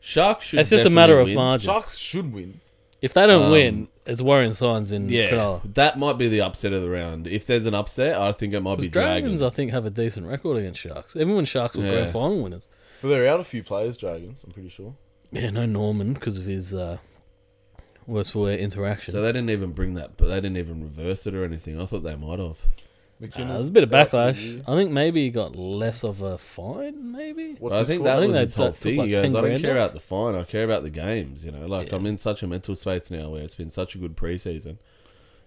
C: Sharks should.
B: It's just a matter of
C: definitely win.
B: margin.
D: Sharks should win.
B: If they don't
C: Um,
B: win, it's Warren Signs in
C: Yeah,
B: Cronulla.
C: that might be the upset of the round. If there's an upset, I think it might be
B: Dragons,
C: Dragons.
B: I think, have a decent record against Sharks. Even when Sharks were grand
C: Yeah.
B: final winners.
D: But they're out a few players, Dragons. I'm pretty sure.
B: Yeah, no Norman because of his uh, worse for wear interaction.
C: So they didn't even bring that, but they didn't even reverse it or anything. I thought they might have.
D: McKinnon,
B: Uh, there's a bit of
D: out for the
B: backlash.
D: year.
B: I think maybe he got less of a fine, maybe?
C: But
D: What's
C: I
D: this
C: think
D: for?
C: that
B: I think
C: was
B: they
C: his whole
B: took,
C: thing.
B: like,
C: he goes,
B: 10
C: I don't
B: grand
C: care
B: off."
C: about the fine. I care about the games. You know, like I'm in such a mental space now where it's been such a good preseason,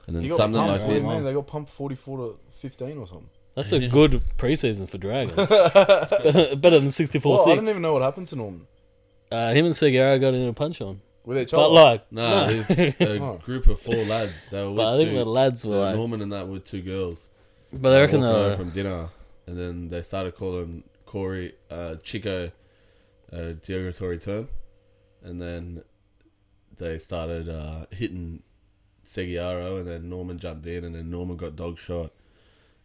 C: and then
D: He got
C: something
D: pumped,
C: like this.
D: didn't they? They got pumped 44 to 15 or something.
B: That's a good preseason for Dragons. It's better, better than 64
D: Well,
B: 6.
D: I didn't even know what happened to Norman.
B: Uh, him and Segura got in a punch on.
D: With each
B: But
D: other.
B: like,
C: No, with a group of four lads. They were with
B: but I think
C: two,
B: the lads were
C: the
B: like,
C: Norman and that were two girls.
B: but I reckon uh, they
C: walking home
B: were,
C: from dinner, and then they started calling Corey uh, Chico uh, a derogatory term, and then they started uh, hitting Seguiaro, and then Norman jumped in, and then Norman got dog shot,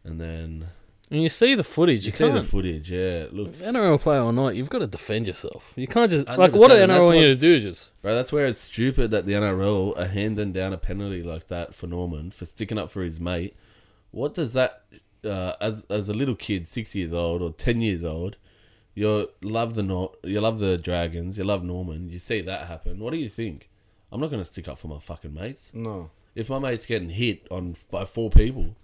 C: and then
B: and you see the footage,
C: you,
B: you,
C: see
B: can't.
C: the footage. Yeah, it looks
B: NRL player or not, you've got to defend yourself. You can't just
C: I
B: like
C: never
B: what do
C: said it, and
B: NRL
C: that's
B: want you to
C: what's-
B: do? Just
C: Right, that's where it's stupid that the NRL are handing down a penalty like that for Norman for sticking up for his mate. What does that, uh, as as a little kid, six years old or ten years old, you love the Nor- you love the Dragons, you love Norman. You see that happen. What do you think? I'm not going to stick up for my fucking mates.
D: No.
C: If my mate's getting hit on by four people,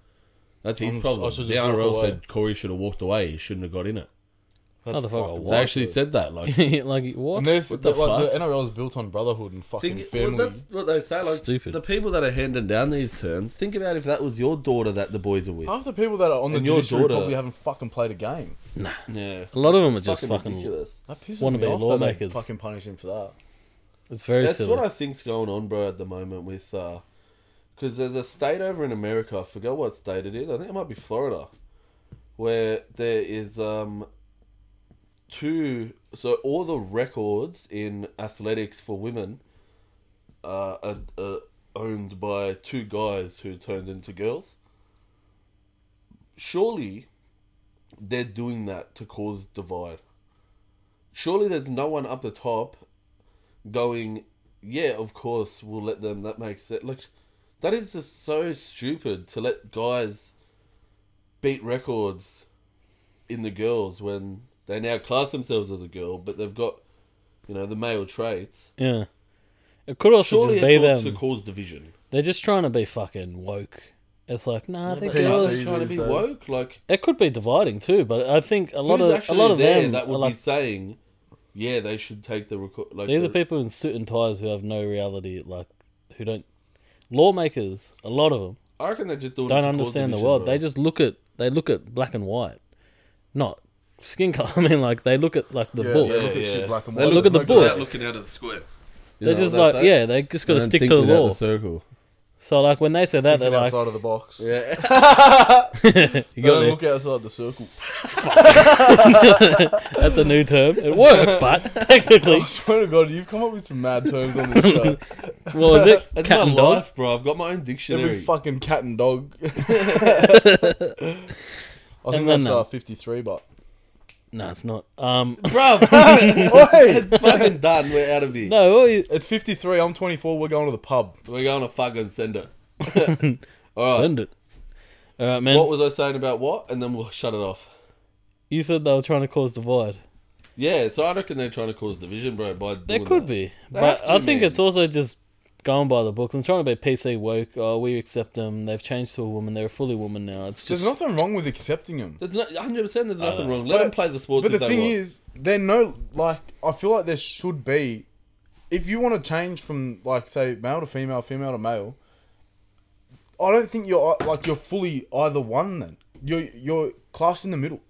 C: that's his
D: I'm- I
C: problem.
D: should
C: The
D: just walk
C: NRL
D: away.
C: said Corey should have walked away. He shouldn't have got in it.
D: That's
B: Motherfucker,
D: fucking
C: They actually said that. Like,
B: like what?
D: And there's,
C: What
D: the,
C: the
D: like,
C: fuck?
D: the NRL is built on brotherhood and fucking
C: Think, well,
D: family.
C: that's what they say. Like,
B: Stupid.
C: The people that are handing down these terms, think about if that was your daughter that the boys are with.
D: Half the people that are on the
C: And your
D: judiciary
C: daughter-
D: probably haven't fucking played a game.
C: Yeah.
B: A lot of them are just fucking.
C: ridiculous.
D: That pisses
B: Wanna
D: me
B: be
D: off
B: lawmakers.
D: That they fucking punish him for that.
B: It's very
G: That's
B: silly.
G: what I think's going on, bro, at the moment with uh 'cause there's a state over in America. I forgot what state it is. I think it might be Florida, where there is um two. So all the records in athletics for women uh, are, are owned by two guys who turned into girls. Surely, they're doing that to cause divide. Surely, there's no one up the top going, yeah, of course, we'll let them. That makes it like that is just so stupid to let guys beat records in the girls when they now class themselves as a girl, but they've got you know the male traits.
B: yeah, it could also
G: Surely
B: just be
G: it's all to
B: them.
G: cause division.
B: They're just trying to be fucking woke. It's like nah, they're
G: But
D: PC
B: girls.
G: girls trying to
D: these
G: be
D: days.
G: woke, like
B: It could be dividing too, but I think a lot
G: who's
B: of a
G: actually
B: lot of
G: there
B: them
G: that
B: are
G: would
B: like
G: be saying, yeah, they should take the record. Like
B: These
G: the-
B: are people in suit and ties who have no reality, like who don't lawmakers. A lot of them
G: I reckon they're just doing it
B: don't
G: to cause
B: understand the
G: division,
B: world.
G: bro.
B: They just look at they look at black and white, not skin color. I mean, like they look at like the book.
D: they look
G: yeah.
D: at shit black and
B: They
D: white.
B: look at
D: There's
B: the
D: no
B: book.
D: doubt.
C: looking out of the square.
B: They're just like yeah, they just got to stick to the law.
C: circle.
B: So like when they said that, they're
D: Thinking
B: like,
D: outside of the box.
H: Yeah.
B: you got
D: Don't
B: there.
D: look outside the circle.
B: That's a new term. It works, but technically,
D: I swear to God, you've come up with some mad terms on this show.
B: what was it?
H: That's
B: Cat
H: my
B: and dog.
H: life, bro. I've got my own dictionary.
D: Every fucking cat and dog. I think
B: then
D: that's
B: the-
D: uh, 53, but.
B: No, it's not. Um,
H: bro,
D: Oi!
H: it's fucking done. We're out of here.
B: no. what you-
D: It's 53, I'm 24, we're going to the pub.
H: We're going to fucking send it.
B: Send it. All right, man.
H: What was I saying about what? And then we'll shut it off.
B: you said they were trying to cause divide.
H: Yeah, so I reckon they're trying to cause division, bro. By
B: There
H: doing
B: could
H: that.
B: be,
H: They
B: but
H: have to,
B: I think
H: man.
B: it's also just going by the books and trying to be PC woke. Oh, we accept them. They've changed to a woman. They're a fully woman now. It's
D: There's
B: just
D: nothing wrong with accepting them.
H: There's not 100. percent There's nothing
C: Uh,
B: know.
H: wrong. Let
D: But-
H: them play the sports.
D: But the
H: if they
D: thing
H: want.
D: is, there no like. I feel like there should be, if you want to change from like say male to female, female to male. I don't think you're uh, like you're fully either one. Then you're you're class in the middle.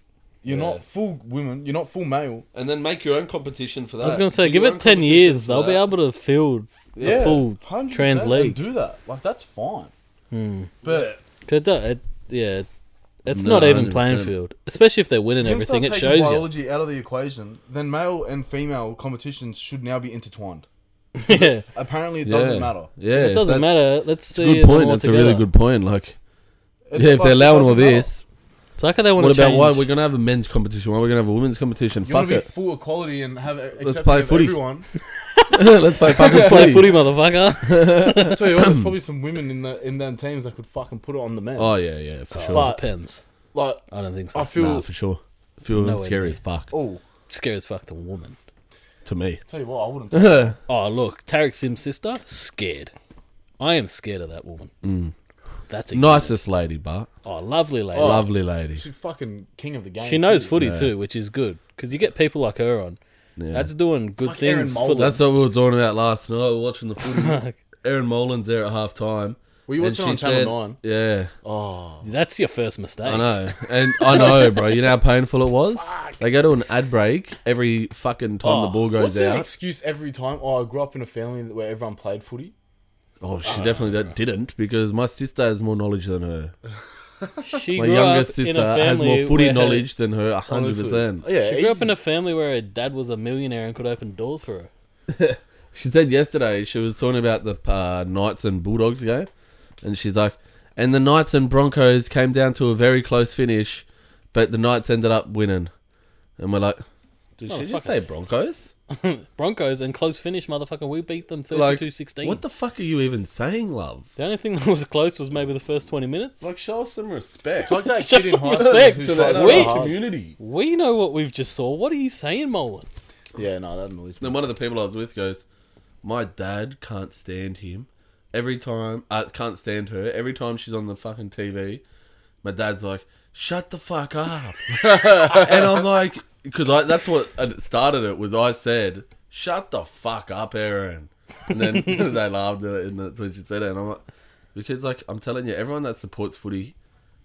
D: You're
H: Yeah.
D: not full women. You're not full male.
H: and then make your own competition for that.
B: I was gonna say,
H: Make
B: give
H: your own
B: it ten years,
H: competition
B: they'll
H: for
B: be
H: that.
B: able to field the full
D: 100%
B: trans
D: and
B: league. Hmm.
D: Do that. Like that's fine. But
B: 'Cause it do- it- yeah, it's
C: No,
B: not even
C: 100%.
B: playing field, especially if they're winning
D: if you
B: everything.
D: start
B: It
D: taking
B: shows you.
D: biology out of the equation. Then male and female competitions should now be intertwined.
B: yeah,
D: Apparently, it doesn't
C: Yeah.
D: matter.
C: Yeah,
B: it doesn't
C: that's-
B: matter. Let's
C: It's
B: see.
C: a good
B: them
C: point.
B: all
C: That's a really
B: together.
C: good point. Like,
D: It-
C: yeah, if
D: like,
C: they're
D: it
C: allowing all
D: doesn't matter.
C: this,
B: So how can they want
C: what
B: to
C: about
B: change?
C: why we're gonna have a men's competition? Why we're gonna have a women's competition?
D: You
C: Fuck
D: want to be
C: it.
D: full equality and have acceptance
C: play
D: of
C: footy.
D: everyone.
C: Let's play fucking
B: Let's play footy,
C: footy.
B: motherfucker.
D: I tell you what, there's probably some women in the in them teams that could fucking put it on the men.
C: Oh yeah, yeah, for sure.
D: But-
B: Depends.
D: like
B: I don't think so.
D: I feel
C: nah, for sure. Feel
B: No way,
C: scary
B: mate.
C: as fuck
D: oh,
B: Scary as fuck to a woman.
C: to me.
D: tell you what, I wouldn't.
B: Oh look, Tarek Sim's sister, scared. I am scared of that woman. That's a
C: Nicest Mm. lady, but
B: Oh, lovely lady.
C: lovely lady.
D: She's fucking king of the game.
B: She knows
D: too.
B: footy too, which is good because you get people like her on. That's doing good
D: Like Aaron
B: things for
D: Mulder.
B: the
C: That's what we were talking about last night. We were watching the footy. Aaron Molan's there at half time.
D: Were you
C: and
D: watching on
C: she
D: Channel
C: said-
D: Nine?
C: Yeah,
B: That's your first mistake.
C: I know, and I know, bro. You know how painful it was. They go to an ad break every fucking time the
B: Oh,
C: ball
D: What's
C: goes
D: the
C: out.
D: excuse every time? Oh, I grew up in a family that- where everyone played footy.
C: Oh,
D: Ah.
C: she definitely d- didn't because my sister has more knowledge than her.
B: She
C: My
B: grew
C: youngest
B: up in
C: sister
B: a
C: has
B: family
C: more footy
B: where her-
C: knowledge than her, a hundred
D: Honestly.
C: percent.
D: Yeah,
B: She grew up
D: easy.
B: in a family where her dad was a millionaire and could open doors for her.
C: She said yesterday she was talking about the uh, Knights and Bulldogs game, and she's like, and the Knights and Broncos came down to a very close finish, but the Knights ended up winning, and we're like, "Oh, did she
B: fuck
C: just say Broncos?
B: Broncos and close finish, motherfucker. We beat them
C: Like,
B: 32-16.
C: what the fuck are you even saying, love?
B: The only thing that was close was maybe the first 20 minutes.
H: Like, show us some respect.
D: It's like that
B: Show
D: kid in
B: some
D: high school
B: respect
D: who
B: to
D: tried
B: that
D: so
B: weak
D: hard.
C: "Oh, community.
B: we know what we've just saw. What are you saying, Molan?
D: Yeah, no, that annoys me.
C: Then one of the people I was with goes, "My dad can't stand him. Every time I can't stand her. Every time she's on the fucking TV, my dad's like, "Shut the fuck up," and I'm like, "Cause I, that's what I- started it was I said, "Shut the fuck up, Aaron," and then they laughed at it and that's when she said it, and I'm like, because like I'm telling you, everyone that supports footy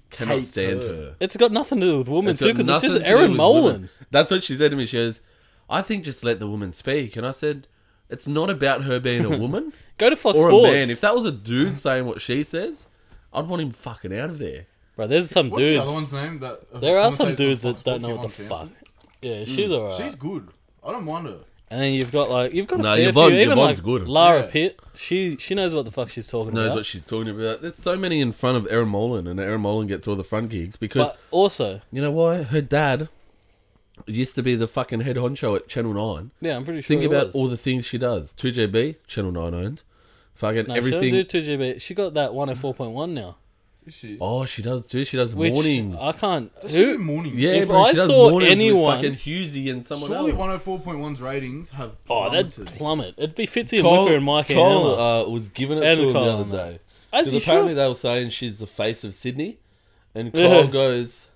C: cannot
D: Hates
C: stand
D: her.
C: her.
B: It's got nothing to do with women, too,
C: got
B: because it's
C: nothing
B: just
C: to do
B: Aaron
C: with
B: Molan.
C: women. That's what she said to me. She goes, I think just let the woman speak. And I said, it's not about her being a woman
B: Go to Fox
C: or
B: Sports.
C: a man. If that was a dude saying what she says, I'd want him fucking out of there.
B: Bro, there's some
D: What's
B: dudes.
D: the other one's name? That uh,
B: there are some
D: commentates
B: dudes
D: on
B: that
D: Fox
B: don't know
D: Sports,
B: what the fuck.
D: Yvonne Sampson?
B: Yeah,
C: Hmm.
B: she's alright.
D: She's good. I don't mind her.
B: And then you've got like you've got a
C: No,
B: fair
C: Yvonne-
B: few. Even
C: Yvonne's
B: like
C: good.
B: Lara
D: Yeah.
B: Pitt, she she knows what the fuck she's talking
C: Knows
B: about.
C: what she's talking about. There's so many in front of Erin Molan, and Erin Molan gets all the front gigs because
B: but also,
C: you know why? Her dad used to be the fucking head honcho at Channel Nine.
B: yeah, I'm pretty sure.
C: Think
B: it
C: about
B: was.
C: all the things she does. 2JB, Channel Nine owned. Fucking
B: no,
C: everything.
B: She doesn't do 2GB. She got that 104.1 now.
D: Is she?
C: oh, she does too. She does
B: Which
C: mornings.
B: I can't.
D: She's
B: Who?
D: morning.
C: Yeah,
B: If
C: bro,
B: I
C: she does
B: saw
C: mornings with
B: anyone-
C: fucking Husey and someone
D: Surely
C: else.
D: 104.1's ratings have.
B: Oh, that'd
D: plummeted.
B: plummet. It'd be Fitzy and
C: Cole,
B: Wicker and Mikey and
C: Cole
B: Ella.
C: uh, was given it
B: And
C: to him
B: Cole,
C: the other
B: mate.
C: day.
B: As
C: Because
B: you
C: apparently
B: should.
C: they were saying she's the face of Sydney, and Cole
B: Yeah.
C: goes,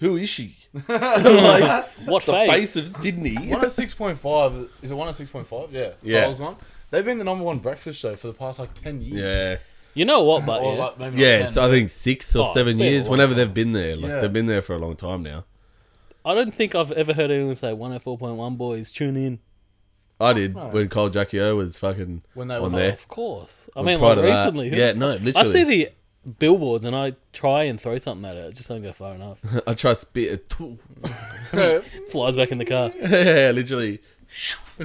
C: "Who is she? like
B: What
C: the
B: face?
C: face of Sydney."
D: 106.5 is it 106.5 yeah
C: Yeah.
D: Kyle's one. they've been the number one breakfast show for the past like 10 years
C: Yeah,
B: You know
C: Oh,
B: what? But
D: or
B: yeah.
D: like maybe
C: yeah.
D: like 10.
C: So I think six
B: Oh,
C: or
B: it's
C: seven
B: been a
C: years,
B: long
C: whenever they've been there, like
D: Yeah.
C: they've been there for a long time now.
B: oh I don't think I've ever heard anyone say 104.1 boys tune in.
C: I did when Cole Jackie O was fucking
D: Oh, When they
C: on
D: were-
C: there.
B: Of course. I
C: I'm
B: mean, like
C: proud of that.
B: recently. who
C: Yeah,
B: the
C: no,
B: fu- I
C: literally.
B: see the billboards and I try and throw something at it. It just don't go far enough.
C: I tried to spit a tool.
B: Flies back in the car.
C: yeah, literally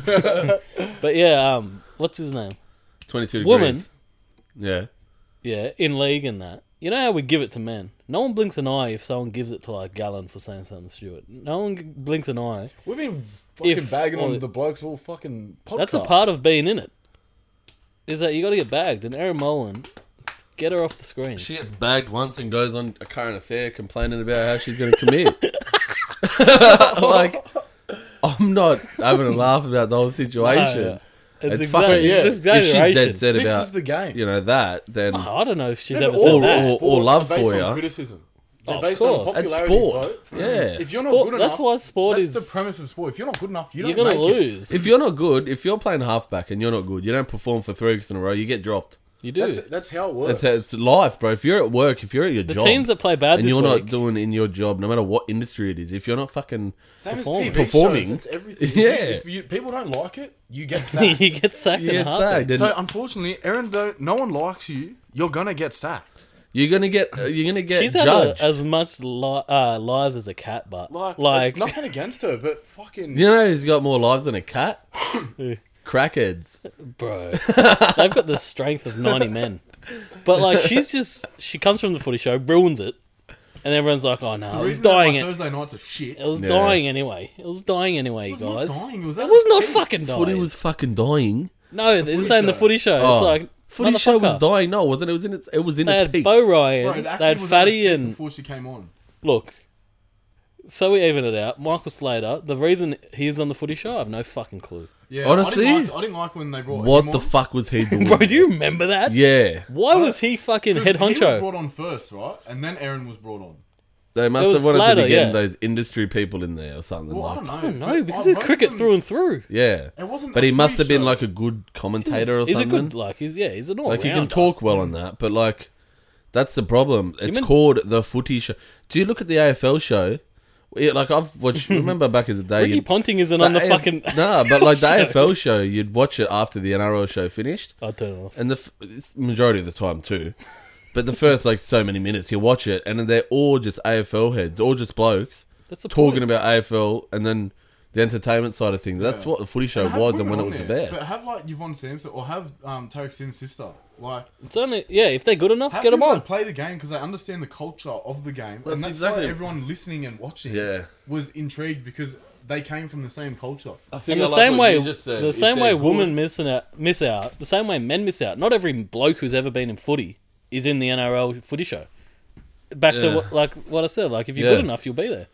B: But yeah, um, what's his name?
C: 22
B: Woman.
C: degrees. Yeah.
B: Yeah, in league and that. You know how we give it to men. No one blinks an eye if someone gives it to like Gallon for saying something stupid. No one g- blinks an eye.
D: We've been fucking
B: If-
D: bagging
B: well,
D: on the blokes all fucking podcast.
B: That's a part of being in it. Is that you got to get bagged? And Erin Mullen, get her off the screen.
C: She gets bagged once and goes on a current affair complaining about how she's going to commit. like, I'm not having a laugh about the whole situation.
B: No, it's,
C: It's
B: exactly,
C: fucking-
B: it's
D: yeah.
C: If she's
B: exaggeration.
C: dead set
D: This
C: about
D: is the game.
C: you know that, then
B: Oh, I don't know if she's
D: Yeah,
B: ever
D: but
B: said
D: all-
B: that.
C: all-
D: sports
C: or love
D: are based
C: for
D: on
C: ya.
D: criticism.
B: Oh,
D: They're
B: of
D: based on
B: course.
C: it's
D: popularity
C: sport.
D: vote.
C: Yeah.
D: If you're not
B: Sport-
D: good enough,
B: that's why sport
D: that's
B: is-
D: the premise of sport. If you're not good enough, you don't
B: You're gonna
D: make it.
B: lose.
C: if you're not good, if you're playing halfback and you're not good, you don't perform for three weeks in a row, you get dropped.
B: you do.
D: That's, that's how it works.
C: It's, it's life, bro. If you're at work, if you're at your
B: the
C: job,
B: teams that play bad
C: and
B: this
C: you're
B: week.
C: not doing in your job, no matter what industry it is, if you're not fucking
D: Same
B: Performing.
D: as TV
C: Performing.
D: shows. It's everything.
C: Yeah.
D: If you, people don't like it, you get sacked.
B: you get sacked
C: you
B: in a
C: get
B: heartbeat.
C: sacked, and
D: so unfortunately, Aaron, though, no one likes you. You're gonna get sacked.
C: you're gonna get uh, you're gonna get
B: She's had a,
C: judged.
B: as much li- uh, lives as a cat, but
D: Like,
B: like,
D: like nothing against her, but fucking.
C: you know who's got more lives than a cat? Crackheads.
B: bro, they've got the strength of ninety men. But like, she's just she comes from the footy show, ruins it, and everyone's like, "Oh no,
D: The
B: it was
D: reason that my
B: dying. It,
D: Thursday nights are shit.
B: it was
C: Yeah.
B: dying anyway. It was dying anyway,
D: was not
B: guys.
D: dying, it was
B: it
D: at
B: was
D: a
B: not
D: footy-
B: fucking dying.
C: Footy was fucking dying.
B: no, they're
D: footy
B: saying the
D: show.
B: footy show.
C: Oh.
B: It's like
C: footy show was
B: motherfucker,
C: dying. No, it wasn't it? Was in its it was in
B: They
C: its
B: had
C: peak.
B: Bo
D: Bro, it
B: Ryan,
D: actually
B: they had
D: was out of
B: Fatty
D: spec
B: and
D: before she came on.
B: Look, so we even it out. Michael Slater, the reason he's on the footy show, I have no fucking clue.
D: Yeah,
C: Honestly?
D: I didn't like, I didn't like when they brought
C: what
D: him
C: the
D: on.
C: fuck was he doing?
B: Bro, do you remember that?
C: yeah,
B: Why was he fucking
D: 'Cause
B: head
D: He was
B: honcho?
D: brought on first, right? And then Aaron was brought on.
C: they must
B: It
C: have
B: was
C: wanted to
B: Slater,
C: be getting
B: yeah.
C: those industry people in there or something.
D: Well, I
C: like,
D: don't know.
B: No, because
D: I-
B: he's
D: both
B: cricket
D: of them-
B: through and through.
C: yeah,
D: It wasn't
C: But
D: a
C: he must
D: footy
C: have been
D: show.
C: like a good commentator or
B: he's
C: something.
B: a good like he's yeah he's an all
C: Oh, Like you can talk well on that, but like that's the problem. It's
B: mean-
C: called the footy show. Do you look at the AFL show? Yeah, like I've watched. remember back in the day,
B: Ricky
C: you'd-
B: Ponting isn't on the
C: AF
B: fucking.
C: nah, but like
B: show.
C: the AFL show, you'd watch it after the NRL show finished,
B: I'll turn it off.
C: and the f- it's majority of the time too. But the first like so many minutes, you watch it, and they're all just AFL heads, all just blokes
B: That's the
C: talking
B: point.
C: about AFL, and then the entertainment side of things. That's what the footy show
D: Have
C: was,
D: women
C: and when it
D: on
C: was the
D: there, But
C: best.
D: have like Yvonne Sampson or have um, Tarek Sim's sister. Like,
B: It's only yeah if they're good enough,
D: have
B: get them
D: people
B: on.
D: that play the game because they understand the culture of the game,
C: That's
D: and that's
C: exactly-
D: why everyone listening and watching
C: Yeah.
D: was intrigued because they came from the same culture.
B: And the same way, the same way women missing out, miss out, the same way men miss out. Not every bloke who's ever been in footy is in the NRL footy show. Back to
C: Yeah.
B: what, like what I said, like if you're
C: Yeah.
B: good enough, you'll be there.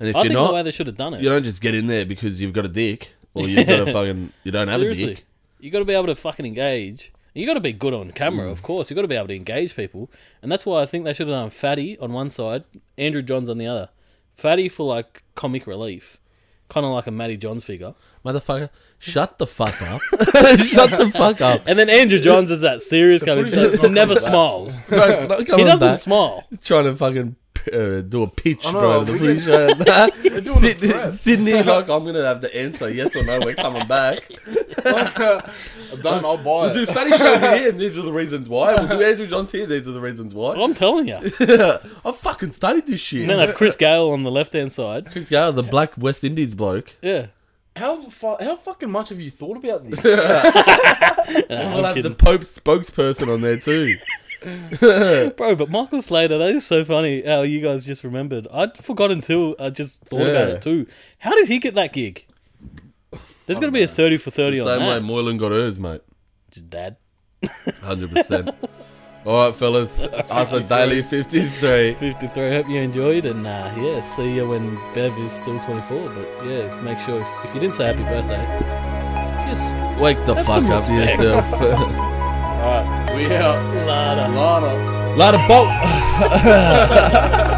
C: and if
B: I
C: you're
B: think
C: not,
B: the way they should have done it.
C: you don't just get in there because you've got a dick or you've got a fucking you don't have a
B: Seriously,
C: dick.
B: you got to be able to fucking engage. You got to be good on camera,
C: Mm.
B: of course. You got to be able to engage people, and that's why I think they should have done Fatty on one side, Andrew Johns on the other. Fatty for like comic relief, kind of like a Matty Johns figure,
C: Motherfucker, shut the fuck up. shut the fuck up.
B: and then Andrew Johns is that serious guy who
D: footy show's
B: does-
D: not
B: never
D: coming back.
B: smiles.
C: Bro, it's not
B: He
C: coming
B: doesn't
C: back.
B: smile.
C: He's trying to fucking uh, do a pitch,
D: I know,
C: bro. to The
D: we-
C: police show.
D: doing a
C: Sydney,
D: prep.
C: Sydney, like I'm gonna have the answer, yes or no. We're coming back.
D: Don't I'll buy
C: We'll do Fatty Show here, and these are the reasons why. We'll do Andrew Johns here. These are the reasons why.
B: I'm telling you.
C: I fucking studied this shit.
B: And then have Chris Gale on the left hand side.
C: Chris Gale, the black West Indies bloke.
B: Yeah,
D: How fu- how fucking much have you thought about this?
C: And we'll have
B: kidding.
C: the Pope's spokesperson on there too.
B: bro. But Michael Slater, that is so funny. How you guys just remembered? I'd forgotten too. I just thought about
C: Yeah.
B: it too. How did he get that gig? There's going to be a thirty for thirty on
C: Same way
B: that.
C: Moylan got hers, mate.
B: Just dad.
C: Hundred percent. All right, fellas. After daily fifty-three.
B: 53. Hope you enjoyed, and uh, yeah, see you when Bev is still 24. But yeah, make sure if, if you didn't say happy birthday, just
C: Wake the
B: Have
C: fuck
B: some
C: up
B: respect.
C: yourself.
D: we out.
B: la
D: Lana.
C: Lot of bolt.